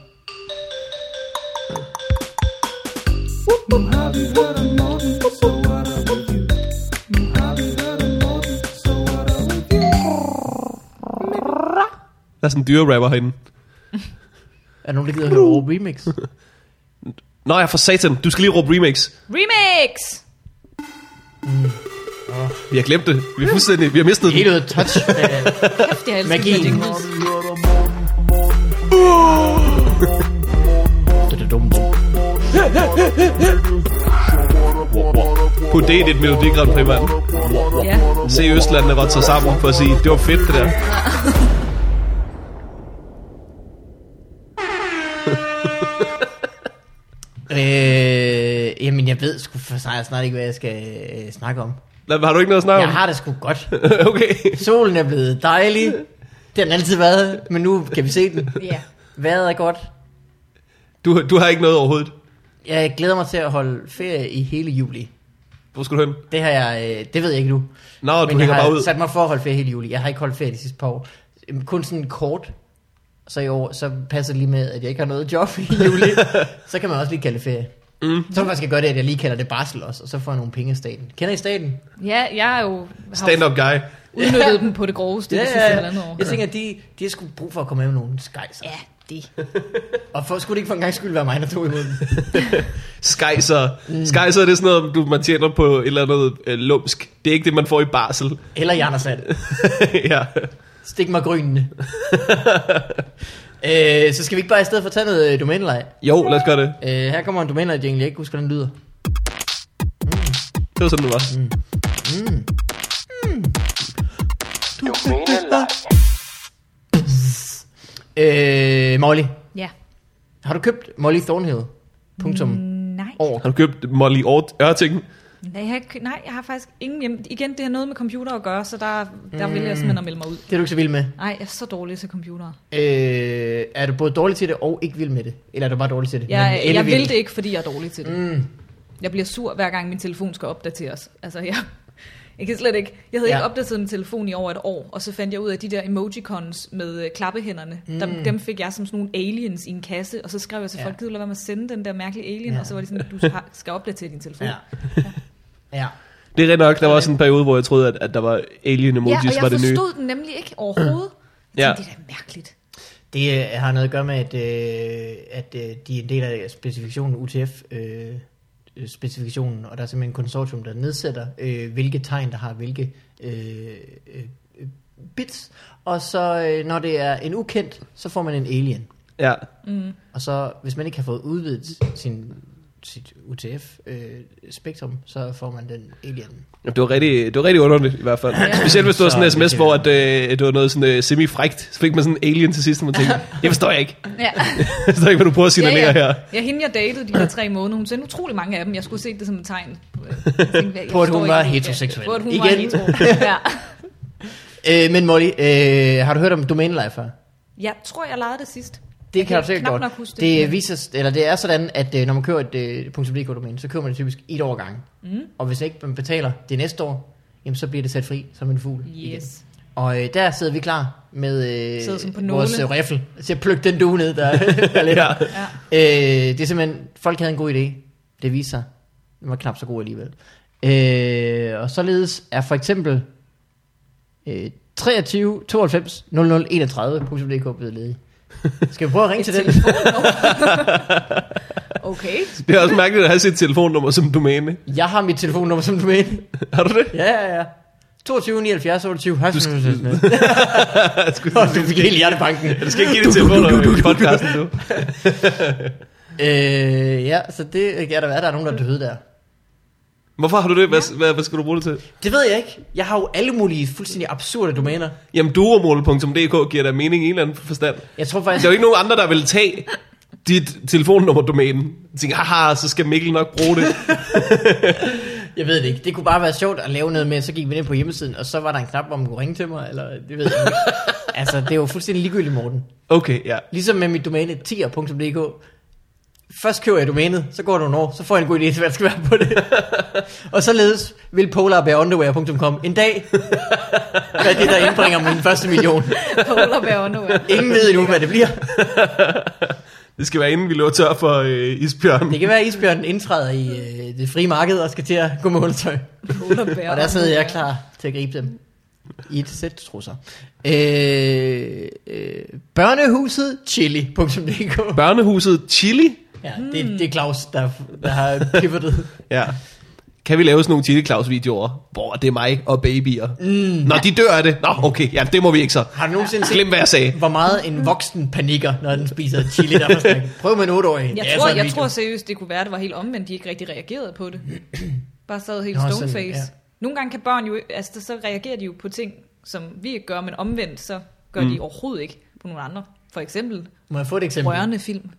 Der er sådan en dyre rapper herinde.
Er der nogen, der gider høre over remix?
Nå, jeg for satan. Du skal lige råbe remix.
Remix!
Vi har glemt det. Vi har fuldstændig... Vi har mistet
Helt
det.
ud af touch med
Kæft, jeg elsker
magien.
Magic Mouse.
Det er dumt.
Put det i dit Melodi Grand Prix, mand.
Ja.
Se Østlandene rotte sig sammen for at sige, det var fedt, det der.
Øh, jamen, jeg ved sgu for snart, snart ikke, hvad jeg skal øh, snakke om.
Lad- Har du ikke noget at snakke om?
Jeg har det sgu godt.
okay.
Solen er blevet dejlig. Det har den altid været, men nu kan vi se den.
Ja.
Vejret er godt.
Du, du har ikke noget overhovedet.
Jeg glæder mig til at holde ferie i hele juli.
Hvor skulle du hen?
Det har jeg, øh, det ved jeg ikke nu.
Nå, du
men jeg
hænger
har
bare ud.
sat mig for at holde ferie hele juli. Jeg har ikke holdt ferie de sidste par år. Øhm, Kun sådan kort. Så i år, så passer det lige med, at jeg ikke har noget job i juli. så kan man også lige kalde det ferie. Mm. Så kan man skal gøre det, at jeg lige kalder det barsel også, og så får jeg nogle penge af staten. Kender I staten?
ja, jeg er jo har
Stand-up guy.
udnyttet dem på det groveste det sidste halvandet år.
Jeg tænker, at de, de har sgu brug for at komme af med nogle skejser.
Ja, det.
Og for, skulle det ikke for en gang skyld være mig, der tog imod dem.
Skejser. Mm. Skejser, det er sådan noget, du, man tjener på et eller andet øh, lumsk. Det er ikke det, man får i barsel.
Eller Jandersand.
ja.
Stik mig grynene. øh, så skal vi ikke bare i stedet for tage noget øh, domænelej.
Jo, lad os gøre det.
Øh, her kommer en domænelej, jeg egentlig ikke husker, hvordan den lyder.
Det var sådan, det var. Mm.
Øh, Molly.
Ja.
Har du købt Molly Thornhill? Punktum. Mm.
Nej.
År.
Har du købt Molly Ort- Ørting?
Nej, jeg har, ikke- nej, jeg har faktisk ingen hjemme. Igen, det har noget med computer at gøre, så der, der mm. vil jeg simpelthen at melde mig ud.
Det er du ikke så vild med.
Nej, jeg er så dårlig til computer.
Øh, er du både dårlig til det og ikke vild med det? Eller er du bare dårlig til det?
Jeg,
Men
jeg
ellevild.
vil det ikke, fordi jeg er dårlig til det. Mm. Jeg bliver sur, hver gang min telefon skal opdateres. Altså, jeg, jeg kan slet ikke... Jeg havde
Ja.
ja. ikke opdateret min telefon i over et år, og så fandt jeg ud af de der emojicons med øh, klappehænderne. Mm. Dem, dem fik jeg som sådan nogle aliens i en kasse, og så skrev jeg til
Ja.
folk, gider du lade være med at sende den der mærkelige alien?
Ja.
Ja. Og så var det sådan, du har- skal opdatere din telefon.
Ja.
Ja,
ja.
Det er rigtig nok, der var også en periode, hvor jeg troede, at, at der var alien
ja
emojis,
og jeg
var det nye.
forstod den nemlig ikke overhovedet.
Ja.
Ja. Det er da mærkeligt.
Det øh, har noget at gøre med, at, øh, at øh, de er en del af specifikationen, UTF-specifikationen, øh, og der er simpelthen en konsortium, der nedsætter, øh, hvilke tegn, der har hvilke øh, øh, bits. Og så, øh, når det er en ukendt, så får man en alien.
Ja.
Og så, hvis man ikke har fået udvidet sin, sit UTF-spektrum, øh, så får man den alien.
Det var, rigtig, det var rigtig underligt i hvert fald. Ja. Specielt hvis det var sådan en
Så-
sms, hvor at, øh, det var noget sådan, øh, semi-frægt. Så fik man sådan en alien til sidst, og man tænkte, det forstår jeg ikke.
Ja.
Jeg forstår ikke, hvad du prøver at signalere
ja, ja.
her.
Ja, hende jeg datede de her tre måneder, hun sendte utrolig mange af dem. Jeg skulle se det som et tegn. Øh, Jeg tænkte, jeg
På, at hun
forstår
var
ikke,
heteroseksuel.
På at hun
Igen.
var hetero. Ja.
Øh, men Molly, øh, har du hørt om domæneleje før?
Jeg tror, jeg legede det sidst.
Det
Jeg
kan du sikkert
knap
godt.
nok huske det.
det, viser, eller det er sådan, at øh, når man køber et øh, .dk-domæne, så køber man det typisk et år gang. Mm. Og hvis ikke man betaler det næste år, jamen, så bliver det sat fri som en fugl. igen.
Yes.
Og øh, der sidder vi klar med
Sidder som på
øh,
nåle.
vores øh, riffel til at plukke den due ned, der, der ligger.
Ja.
Ja.
Øh, det er simpelthen, folk havde en god idé. Det viser sig. Den var knap så god alligevel. Øh, og således er for eksempel øh, 23 92 00 31.dk blevet ledig. Skal vi prøve at ringe til den?
Okay.
Det er også mærkeligt at have sit telefonnummer som domæne.
Jeg har mit telefonnummer som domæne.
Har du det?
Ja, ja, ja. 22, 79, 28, 70.
skal-
Du
Jeg skulle til at sige,
fik helt hjertebanken.
Du skal ikke give dit telefonnummer i podcasten nu.
Øh, ja, så det kan da være, at der er nogen, der er døde der.
Hvorfor har du det? Hvad, hvad, hvad skal du bruge det til?
Det ved jeg ikke. Jeg har jo alle mulige fuldstændig absurde domæner.
Jamen, duromål.dk giver da mening i en eller anden forstand.
Jeg tror
Der
faktisk...
er jo ikke nogen andre, der vil tage dit telefonnummer-domæne. Jeg tænker, haha, så skal Mikkel nok bruge det.
Jeg ved det ikke. Det kunne bare være sjovt at lave noget med, så gik vi ind på hjemmesiden, og så var der en knap, hvor man kunne ringe til mig, eller det ved jeg ikke. altså, det er jo fuldstændig ligegyldigt, Morten.
Okay, ja.
Ligesom med mit domæne tier.dk. Først køber jeg domænet, så går det nogle år, så får jeg en god idé til, hvad der skal være på det. og således vil polarbearunderwear.com en dag være det, der indbringer min første million.
Polar bear underwear.
Ingen ved endnu, hvad det bliver.
Det skal være inden vi løber tør for øh, isbjørn.
Det kan være, at isbjørnen indtræder i øh, det frie marked og skal til at gå med undertøj.
Polar bear
Og der sidder
underwear.
jeg klar til at gribe dem. I et sæt trusser. Øh, øh, børnehuset chili.dk
Børnehuset Chili.
Ja,
Hmm.
det, det er Claus, der, der har pivotet.
Ja. Kan vi lave sådan nogle Chili Claus videoer? Hvor det er mig og babyer. Mm. Nå, de dør af det. Nå, okay, ja, det må vi ikke så.
Har du nogensinde set,
Glem, hvad jeg sagde.
hvor meget en voksen panikker, når den spiser chili, der er for stærk? Prøv med en 8-årig.
Jeg,
Det er
tror,
sådan en
jeg
video.
tror seriøst, det kunne være, at det var helt omvendt. De ikke rigtig reagerede på det. Bare sad helt
Nå, sådan,
stoneface.
ja.
Nogle gange kan børn jo... Altså, så reagerer de jo på ting, som vi ikke gør, men omvendt, så gør mm. de overhovedet ikke på nogle andre. For eksempel
Må jeg få et eksempel?
rørende film.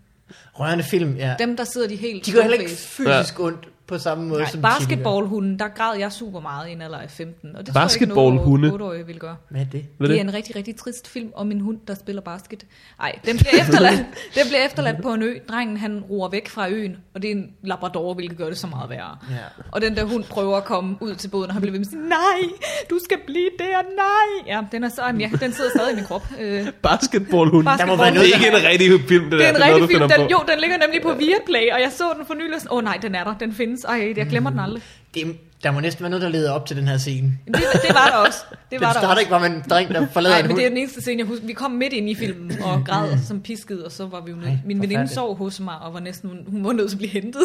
Rørende film, ja.
Dem, der sidder de helt
De gør heller ikke
stoneface.
fysisk ondt på samme måde som
Nej, basketballhunden, der græd jeg super meget i en alder af 15. Og det
Basketballhunde?
tror jeg ikke, vil gøre.
Hvad er det?
Ved
Det
det?
er en rigtig, rigtig trist film om en hund, der spiller basket. Nej, den bliver efterladt, den bliver efterladt på en ø. Drengen, han roer væk fra øen, og det er en labrador, hvilket gør det så meget værre.
Ja.
Og den der hund prøver at komme ud til båden, og han bliver ved med at sige, nej, du skal blive der, nej. Ja, den er sådan, ja, den sidder stadig i min krop. Øh,
Basketballhund.
Basketball-
Der må være
Det
noget,
er ikke en rigtig film, det,
det er
der.
en rigtig
noget,
film.
du finder
Den,
på.
jo, den ligger nemlig på Viaplay, og jeg så den for nylig. og sådan, Åh oh, nej, den er der, den findes. Ej, jeg glemmer den aldrig.
det, der må næsten være noget, der leder op til den her scene.
Jamen, Det, det var der også. Det var
Den
der også.
starter ikke bare med en dreng, der forlader
Nej,
en
men
hund.
det er den eneste scene, jeg husker. Vi kom midt ind i filmen
Mm.
og græd som pisket, og så var vi jo nødt. Min veninde
forfærdeligt.
sov hos mig, og var næsten, hun, hun var nødt til at blive hentet.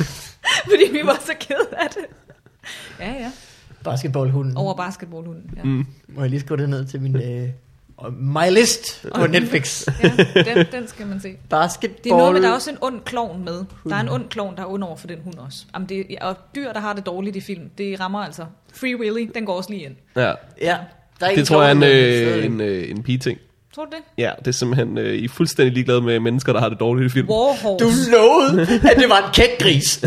fordi vi var så ked af det. Ja, ja.
Basketballhunden.
Over basketballhunden. Ja. Mm.
Må jeg lige skrive det ned til min... Øh, og my list på Netflix.
ja den, den, skal man se.
Basketball.
Det er noget med, der er også en ond klovn med. Der er en ond klovn, der er ond over for den hund også. Jamen det, og dyr, der har det dårligt i film, det rammer altså. Free Willy, den går også lige ind.
Ja.
Ja, der er en
Det tror jeg er en,
dårlig-
øh, en, øh, en pige-ting.
Tror du det?
Ja, det er simpelthen, øh, I er fuldstændig ligeglade med mennesker, der har det dårligt i film.
Du
Warhorse.
lovede, at det var en kendt gris.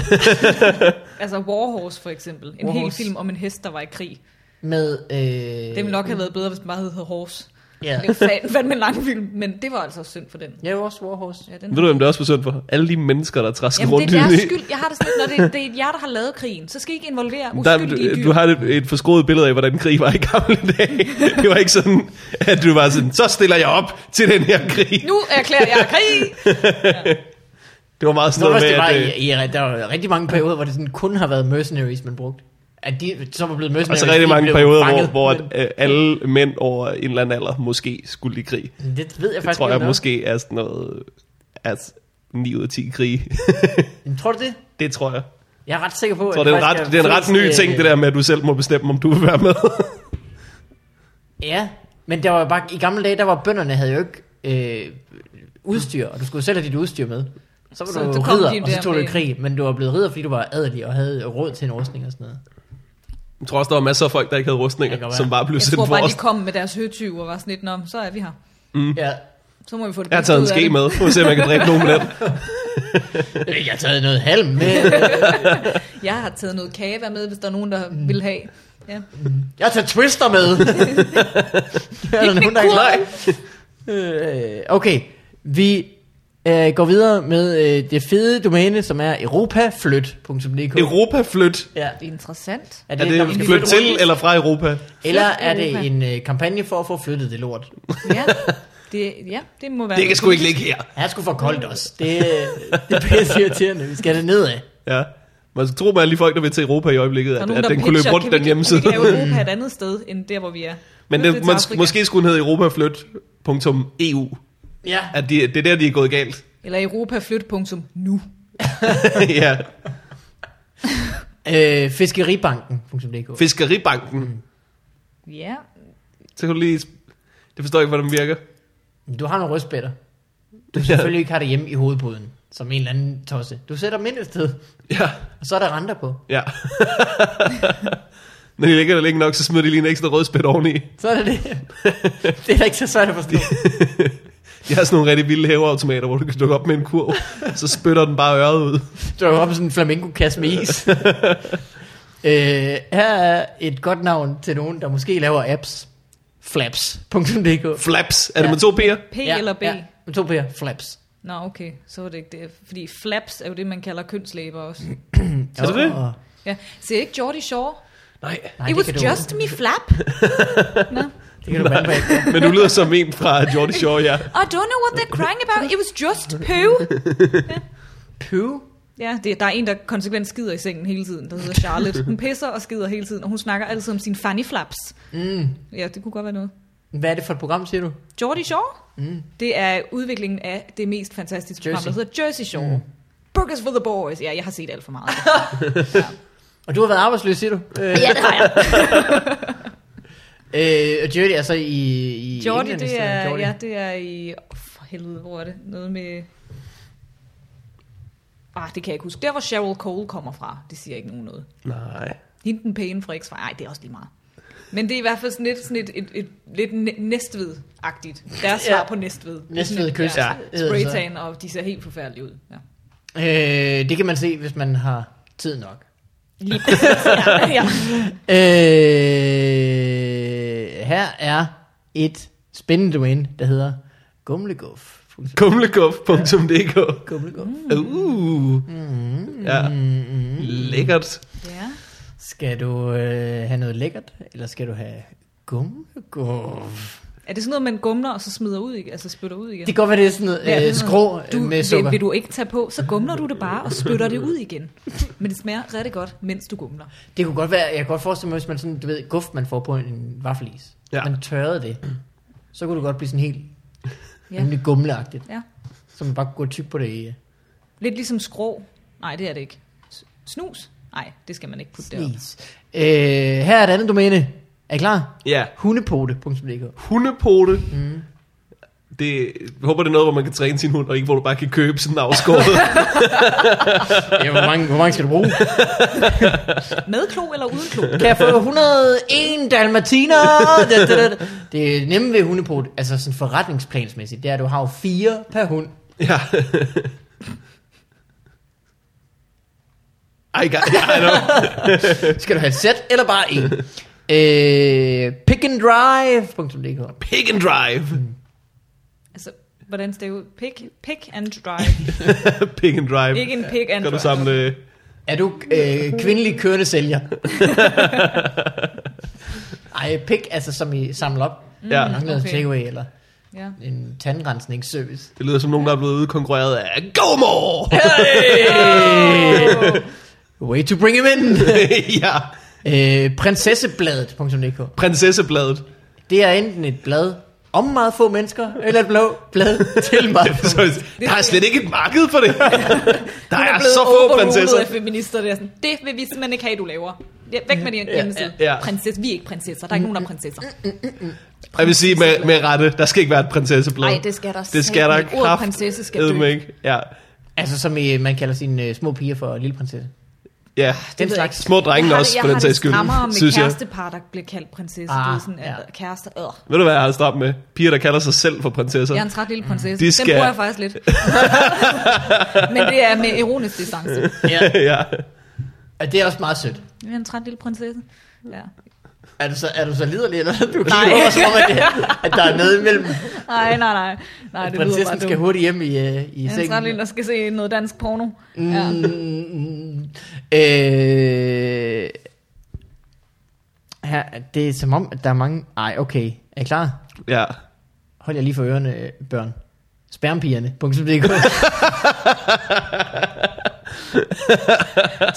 Altså Warhorse for eksempel. En hel
Warhorse.
film om en hest, der var i krig.
Med, øh,
Det ville nok have været bedre, hvis den bare hed Horse.
Ja.
Det er fandme, fandme en lang film, men det var altså også synd for den.
Jeg er jo også Warhorse.
Ja, den
Ved du, hvem det også var synd for? Alle de mennesker, der træsker
Jamen,
rundt
det er
i
deres skyld. Jeg har det sådan, lidt, når det, det er jer, der har lavet krigen, så skal I ikke involvere uskyldige
Der,
dyr.
du har et, et forskroet billede af, hvordan krig var i gamle dage. Det var ikke sådan, at du var sådan, så stiller jeg op til den her krig.
Nu erklærer jeg krig!
Det var meget sådan
Nå,
noget
også,
med,
det var,
at... øh,
i, i, der var rigtig mange perioder, hvor det sådan kun har været mercenaries, man brugte. At de så var blevet mercenaries.
Og
de
så altså, rigtig mange
blev
perioder,
fanget.
hvor, hvor at, øh, alle mænd over en eller anden alder måske skulle i krig.
Men Det ved jeg
Det
faktisk
tror
ikke,
jeg
om der
måske er sådan noget... At 9 ud af 10 krige.
er. Men Tror du det?
det tror jeg.
Jeg er ret sikker på,
Jeg tror, det er en
faktisk
ret, det er en ret ny
flest,
ting,
øh,
det der med, at du selv må bestemme, om du vil være med.
Ja, men der var jo bare, i gamle dage, der var bønderne havde jo ikke øh, udstyr, og du skulle jo selv have dit udstyr med. Så var
Så
så du,
du kom
ridder,
lige
og så
der
tog du i
med-
krig, men du var blevet ridder, fordi du var adelig og havde råd til en rustning og sådan noget.
Jeg tror også, der var masser af folk, der ikke havde
Det kan
rustninger,
godt
som
være.
bare blev
Jeg
sendt
tror
for
bare,
os.
de kom med deres høtyv og var sådan lidt, Nå, så er vi her.
Mm. Ja,
Så må vi få det
Jeg har taget en
bedste ud af
ske
det."
med, for at se, om jeg kan dræbe nogen med den.
Øh, jeg har taget noget halm med,
Jeg har taget noget kava med, hvis der er nogen, der
Mm.
vil have. Ja.
jeg har taget twister med. er der nogen, der ikke Øh, okay, vi øh, går videre med øh, det fede domæne, som er europaflyt.dk.
Europa flyt.
ja.
Det er interessant.
Er
Er
når man
det
skal
flyt
flytte
til
rundt?
eller fra Europa?
Eller er det
Europa.
en øh, kampagne for at få flyttet det lort?
Ja, det, ja, det må være
Det kan sgu ikke ligge her.
Jeg er sgu for koldt også. Det, det er pisse irriterende. Vi skal have det nedad.
Ja. Man tror man lige folk, der vil til Europa i øjeblikket,
Der er
at,
nogen,
at
der
den kunne løbe
pitcher,
rundt
kan
den
vi,
hjemmeside.
Kan vi lave Europa et andet sted, end der, hvor vi er?
Men
Flytte
det,
til
man,
Afrika.
måske skulle den hedde europaflyt.eu.
Ja.
At de, det er der, de er gået galt.
Eller europaflyt.nu.
ja.
Øh, fiskeribanken.dk.
Fiskeribanken.
Ja,
Så kan du lige... Det forstår jeg ikke, hvordan den virker.
Du har nogle rødspætter. Du selvfølgelig ikke har det hjemme i hovedpuden, som en eller anden tosse. Du sætter dem ind et sted,
Ja,
og så er der renter på.
ja. Når de ligger der længe nok, så smider de lige en ekstra rødspæt oveni.
Så er det det. det er da ikke så svært at forstå.
De har sådan nogle rigtig vilde hæveautomater, hvor du kan dukke op med en kurv, så spytter den bare øret ud.
Du er jo op i sådan en flamingo-kasse med is. øh, her er et godt navn til nogen, der måske laver apps. Flaps.dk
Flaps. Er det
Ja.
med to P'er?
P ja, eller B?
Ja,
Ja.
med to P'er. Flaps.
Nå, okay, så var det ikke det. Fordi flaps er jo det, man kalder kønslæber også.
Er det det?
Og-
Ja. Ser ikke Jordi Shaw?
Nej.
Nej,
It
det
was
kan du-
just me flap. Nå.
Det kan du vande bag.
Men du lyder som en fra Jordi Shaw, ja.
I don't know what they're crying about. It was just poo.
Poo.
Ja, det, der er en, der konsekvent skider i sengen hele tiden, der hedder Charlotte. Hun pisser og skider hele tiden, og hun snakker altid om sine fanny flaps.
Mm.
Ja, det kunne godt være noget.
Hvad er det for et program, siger du?
Jordi Shaw, mm. det er udviklingen af det mest fantastiske program,
Jersey.
der hedder Jersey Shore. Mm. Burgers for the boys. Ja, jeg har set alt for meget.
Og du har været arbejdsløs, siger du? Øh,
ja, det har jeg.
øh, og Jordi er så i, i
Jordi,
England,
det
stedet,
er,
Geordie.
ja, det er i... Oh, for helvede, hvor er det? Noget med... Ah, det kan jeg ikke huske. Der, hvor Cheryl Cole kommer fra, det siger ikke nogen noget.
Nej.
Hende den pæne fra x Nej, det er også lige meget. Men det er i hvert fald sådan lidt, sådan et, et, et, lidt næ- næstved-agtigt. Deres
Ja.
svar på næstved.
Næstved kyst,
Ja,
hedder det så.
spraytan, og de ser helt forfærdelige ud. Ja.
Øh, det kan man se, hvis man har tid nok.
Lige præcis, ja. ja.
Øh, her er et spændende domæne, der hedder gumleguf.
Kumleguff.dk
Gumleguf. Mm.
Uh.
Mm-hmm.
Ja. Lækkert.
ja.
Skal du øh, have noget lækkert, eller skal du have gumleguf?
Er det sådan noget, man gumler, og så smider ud igen? Altså spytter ud igen?
Det kan godt være, det er sådan noget øh,
det er
skrå
sådan
du,
noget,
med
vil-
sukker.
Vil du ikke tage på, så gumler du det bare og spytter det ud igen. Men det smager rigtig godt, mens du gumler.
Det kunne godt være, jeg kan godt forestille mig, hvis man sådan, du ved, guf, man får på en vaffelis.
Ja.
Ja. Man tørrede det. Så kunne det godt blive sådan helt
Ja.
ja. nemlig gumleagtigt.
Ja.
Så man bare kunne gå tyk på det i. øh,
Lidt ligesom skrå. Nej, det er det ikke. S- Snus? Nej, det skal man ikke putte derop.
Is. Øh, her er et andet domæne. Er I klar?
Ja.
Hundepote.dk
Hundepote. Mm. Det, jeg håber, det er noget, hvor man kan træne sin hund, og ikke hvor du bare kan købe sådan en afskåret.
Ja, hvor mange, hvor mange skal du bruge?
Med klo eller uden klo?
Kan jeg få 101 dalmatiner? Da, da, da. Det er nemme ved hundepote, altså sådan forretningsplansmæssigt, det er, at du har jo fire per hund.
ja. Ej, god, I know.
Skal du have et sæt, eller bare en? øh, pickanddrive.dk
Pick and drive.
Altså, hvordan står det ud? Pick, pick and drive.
Pick and drive.
Mm. Ikke en pick and
Kan du
drive.
samle...
Er du øh, kvindelig kørende sælger? Ej, pick, altså som I samler op.
Ja.
Er nok noget
Mm, okay.
takeaway, eller
Ja.
en tandrensningsservice.
Det lyder som nogen, der er blevet udkonkurreret af GOMOR!
Oh,
Way to bring him in!
ja.
øh, prinsessebladet.dk
Prinsessebladet.
Det er enten et blad om meget få mennesker, eller et blå blad til meget få.
Så, der er slet ikke et marked for det. Der
hun
er,
er blevet
så få
overrulet
prinsesser.
af feminister. Det, er sådan, det vil vi simpelthen ikke have, du laver. Ja, Væk med din hjemmeside.
ja, ja.
Prinsesse. Vi er ikke prinsesser. Der er ikke nogen, der er prinsesser.
Jeg vil sige med, med rette, der skal ikke være et prinsesseblad.
Nej, det skal der
Det skal der
satme ikke. Ordet
kraft.
prinsesse skal dø.
Ikke. Ja.
Altså som i, man kalder sine øh, små piger for lille prinsesse.
ja.
Den
Ah, ved jeg
slags.
Små drenge
Jeg har
også,
det-
for den sags skyld,
Jeg har det strammere med
synes jeg.
kærestepar, der bliver kaldt prinsesse. Ah,
Ah,
det er sådan,
ja.
ja. kærester, øh.
Ved du, hvad jeg har stoppet med? Piger, der kalder sig selv for prinsesser.
Jeg er en træt lille prinsesse.
De
De
skal-
Den bruger jeg faktisk lidt. Men det er med ironisk distance.
Ja,
ja.
og det er også meget sødt.
Jeg er en træt lille prinsesse. Ja.
Er du så, er du så liderlig, eller du
Nej.
kigger over, som om, at, det, at der er noget imellem.
Nej, nej, nej. nej det lyder bare
Prinsessen skal
dumt.
hurtigt hjem i, øh, i
Jeg er en træt lille,
sengen.
der skal se noget dansk porno. Ja.
Mm, øh, her, det er som om, at der er mange... Ej, okay. Er I klar?
ja.
Hold jer lige for ørerne, øh, børn. Spermpigerne. Punktum.dk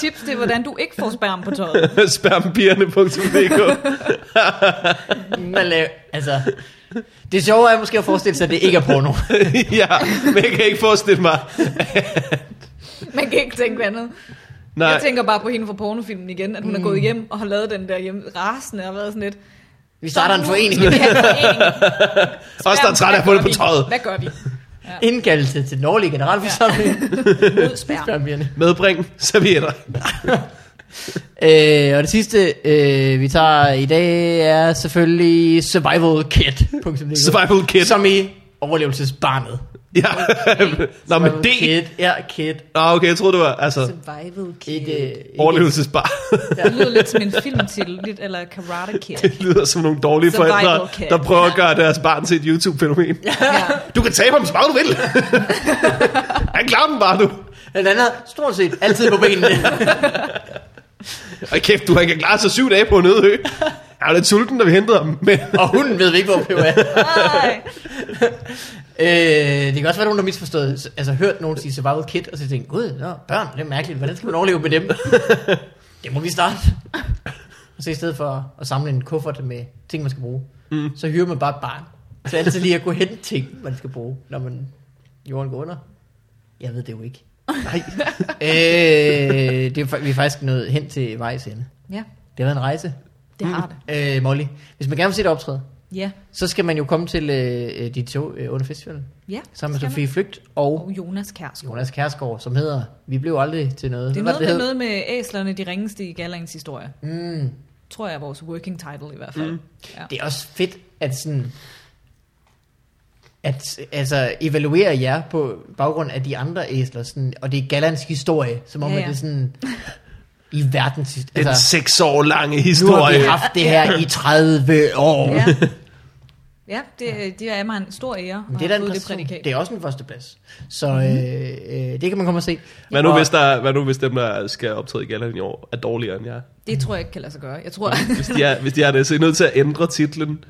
Tips til, hvordan du ikke får sperm på tøjet.
Spermpigerne.dk
Man laver, altså, det sjove er måske at forestille sig, at det ikke er porno.
Ja, men jeg kan ikke forestille mig.
Man kan ikke tænke på andet. Nej. Jeg
Nej,
tænker bare på hende fra pornofilmen igen, at hun mm. er gået hjem og har lavet den der hjemme rasende og været sådan lidt.
Vi starter en
"Så nu
forening.
skal vi have en forening.
også der er træt af at få
Hvad
det
gør
på
vi?
tøjet.
Hvad gør vi?
Indkaldelse til den årlige generalforsamling.
Mod spærm.
Ja.
Medbring servietter.
Øh, og det sidste, øh, vi tager i dag, er selvfølgelig survivalkit.dk.
Survival kit.
Som i overlevelsesbarnet.
Ja. Nå, men det...
Kit, ja, kit.
Nå, okay, jeg troede, det var altså
Survival Kid.
Ikke, ikke,
overlevelsesbar.
Det lyder lidt som en filmtitel, lidt eller Karate Kid.
Det lyder som nogle dårlige
Survival
forældre,
kit.
der prøver at gøre deres barn til et YouTube-fænomen.
Ja.
Du kan tabe ham så meget du vil. Han klarer den bare, du.
Den anden er stort set altid på benene.
Og kæft, du han kan klare sig syv dage på en øde ø. Jeg var lidt sulten, da vi hentede ham. Men
og hunden ved vi ikke, hvor Pio er.
Ej.
Øh, det kan også være nogen, der har misforstået, altså hørt nogen sige survival kid, og så tænkte, gud, nå, børn, det er mærkeligt, hvordan skal man overleve med dem? det må vi starte. Og så i stedet for at samle en kuffert med ting, man skal bruge, mm. så hyrer man bare et barn. Så altid lige at kunne hente ting, man skal bruge, når man jorden går under. Jeg ved det jo ikke. Nej. øh, det er, fa- vi er faktisk nået hen til vejs ende.
ja,
Det har været en rejse.
det har det.
Øh, Molly, hvis man gerne vil se det optræde,
Ja,
så skal man jo komme til øh, øh, de to øh, under festivalen.
ja.
Sammen
skal
med
man.
Sofie Flygt og
Og Jonas Kærsgaard.
Jonas Kærsgaard, som hedder Vi blev aldrig til noget.
Det er
Hvad
noget
var
med,
det,
noget med æslerne, de ringeste i Gallands historie.
det hed? Mm,
Tror jeg er vores working title i hvert fald. Mm. Ja.
det er også fedt, at sådan at altså, evaluere jer på baggrund af de andre æsler, sådan, og det er Gallands historie, som om
Ja,
ja,
ja.
ja. det er sådan i verdens
den
altså,
seks år lange
nu har
historie.
vi haft det her i 30 år.
Ja.
Ja.
Ja, det, det er mig en stor ære
Men
at
det, er
have
da en
fået det
præstation.
prædikat.
det er også en førsteplads. Så mm-hmm. øh, øh, det kan man komme og se.
Hvad nu,
Og-
hvis der, hvad nu hvis dem, der skal optræde i Galland i år, er dårligere end jer?
Det tror jeg ikke kan lade sig gøre. Jeg tror,
Hvis de er, hvis de er det, så er I nødt til at ændre titlen,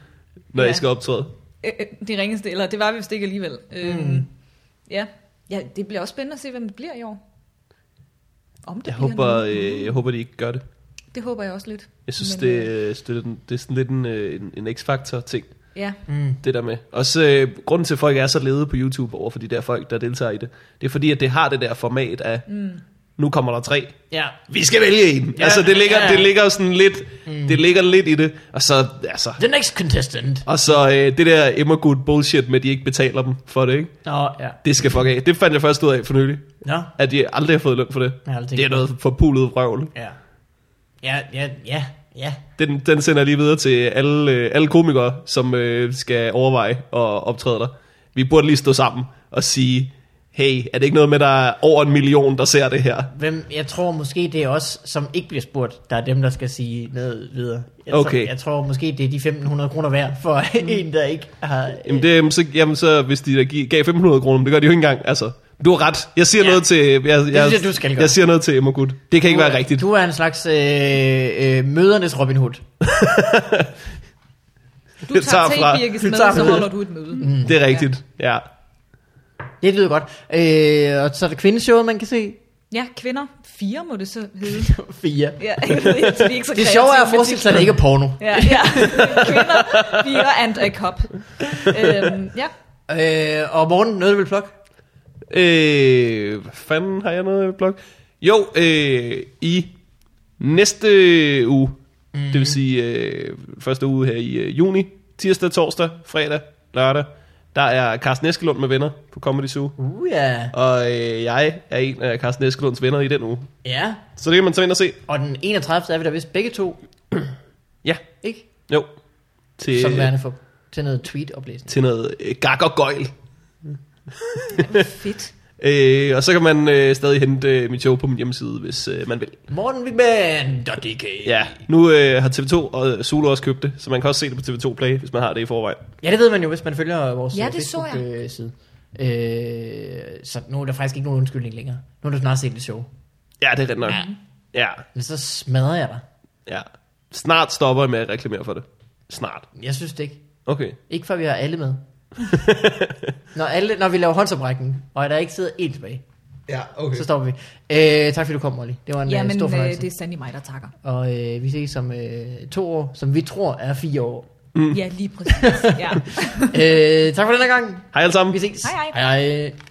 når ja.
Ja.
I skal optræde.
øh, øh, de ringeste, eller det var vi vist ikke alligevel. Mm. Ja. ja, det bliver også spændende at se, hvem det bliver i år. Om det
Jeg
bliver
håber,
nogen.
øh, jeg håber, de ikke gør det.
Det håber jeg også lidt.
Jeg synes,
Men,
det,
øh,
øh, det, er den- det er sådan lidt en, øh, en, en X-Factor-ting,
Ja,
det der med. Også øh, grunden til, at folk er så lede på YouTube over for de der folk, der deltager i det, det er fordi, at det har det der format af, mm. nu kommer der tre,
Ja.
vi skal vælge en. Ja,
Ja,
altså, det ligger,
ja.
ja. det ligger sådan lidt, mm. det ligger lidt i det. Og så, altså,
The next contestant.
og så øh, det der immergood bullshit med, at de ikke betaler dem for det, ikke?
Nå, ja.
Det skal fuck af. Det fandt jeg først ud af for nylig.
Nå,
At de aldrig har fået løn for det.
Jeg har aldrig
Det er
tænkt
noget forpulet vrøvl.
Ja. Ja, ja, ja, ja.
Den, den sender jeg lige videre til alle, øh, alle komikere, som øh, skal overveje at optræde der. Vi burde lige stå sammen og sige, hey, er det ikke noget med, at der er over en million, der ser det her?
Hvem, jeg tror måske det er os, som ikke bliver spurgt, der er dem, der skal sige noget videre. Jeg,
Okay.
tror, jeg tror måske det er de 1.500 kroner værd for en, der ikke har...
Jamen, det, jamen, så, jamen så, hvis de der gi- gav 500 kroner, men det gør de jo ikke engang. Altså, du har ret. Jeg siger
Ja.
ja. noget til... Jeg, jeg,
synes jeg, du skal gøre.
jeg siger noget til Emma Gud. Det kan ikke
du, er-
være rigtigt.
Du er en slags øh, øh, mødernes Robin Hood.
du
Jeg
tager
tager fra-
T-Birkes
Du
med,
tager
så
med.
holder du et møde. Mm.
Det er rigtigt, ja.
Det lyder godt. Øh, og så er der kvindeshowet, man kan se.
Ja, kvinder. Fire må det så hedde.
Fire.
Ja, så de er ikke så
Det sjove er at
kreative med
forestille sig, at det ikke er porno.
Ja, ja. Kvinder, piger and a cup. Øhm, ja,
Øh, og morgen noget, du vil plukke?
Øh, hvad fanden har jeg noget blog? Jo, øh, i næste uge,
Mhm.
mm. det vil sige øh, første uge her i øh, juni, tirsdag, torsdag, fredag, lørdag, der er Carsten Eskelund med venner på Comedy Zoo.
Uh, ja.
Og øh, jeg er en af Carsten Eskelunds venner i den uge.
Ja.
Så det kan man tage ind og se.
Og den 31. er vi der vist begge to,
Ja,
ikke?
jo. Til,
Som værende for til noget tweet-oplæsning.
til noget øh, gak og gøjl.
fedt.
Øh, og så kan man øh, stadig hente øh, mit show på min hjemmeside, hvis øh, man vil.
Morgenvigman.dk
Ja, nu øh, har TV2 og Solo også købt det, så man kan også se det på TV2 Play, hvis man har det i forvejen.
Ja, det ved man jo, hvis man følger vores
Ja,
øh,
det så jeg.
Facebook-side. Øh, så nu er der faktisk ikke nogen undskyldning længere. Nu er du snart set det show.
Ja, det er rigtigt nok. Ja. ja,
Men så smadrer jeg dig.
ja. Snart stopper jeg med at reklamere for det. Snart.
Jeg synes det ikke.
Okay.
Ikke før vi har alle med. når, alle, når vi laver håndsoprækning, og der ikke sidder en tilbage.
Ja, okay.
Så stopper vi. Øh, tak fordi du kom, Molly. Det var en
Ja,
øh,
men
stor
øh,
fornøjelse.
det er sandelig mig, der takker.
Og øh, vi ses om øh, to år, som vi tror er fire år.
Mm. Ja, lige præcis. Ja.
øh, tak for den her gang.
Hej alle sammen.
Vi ses.
Hej, hej.
hej, hej.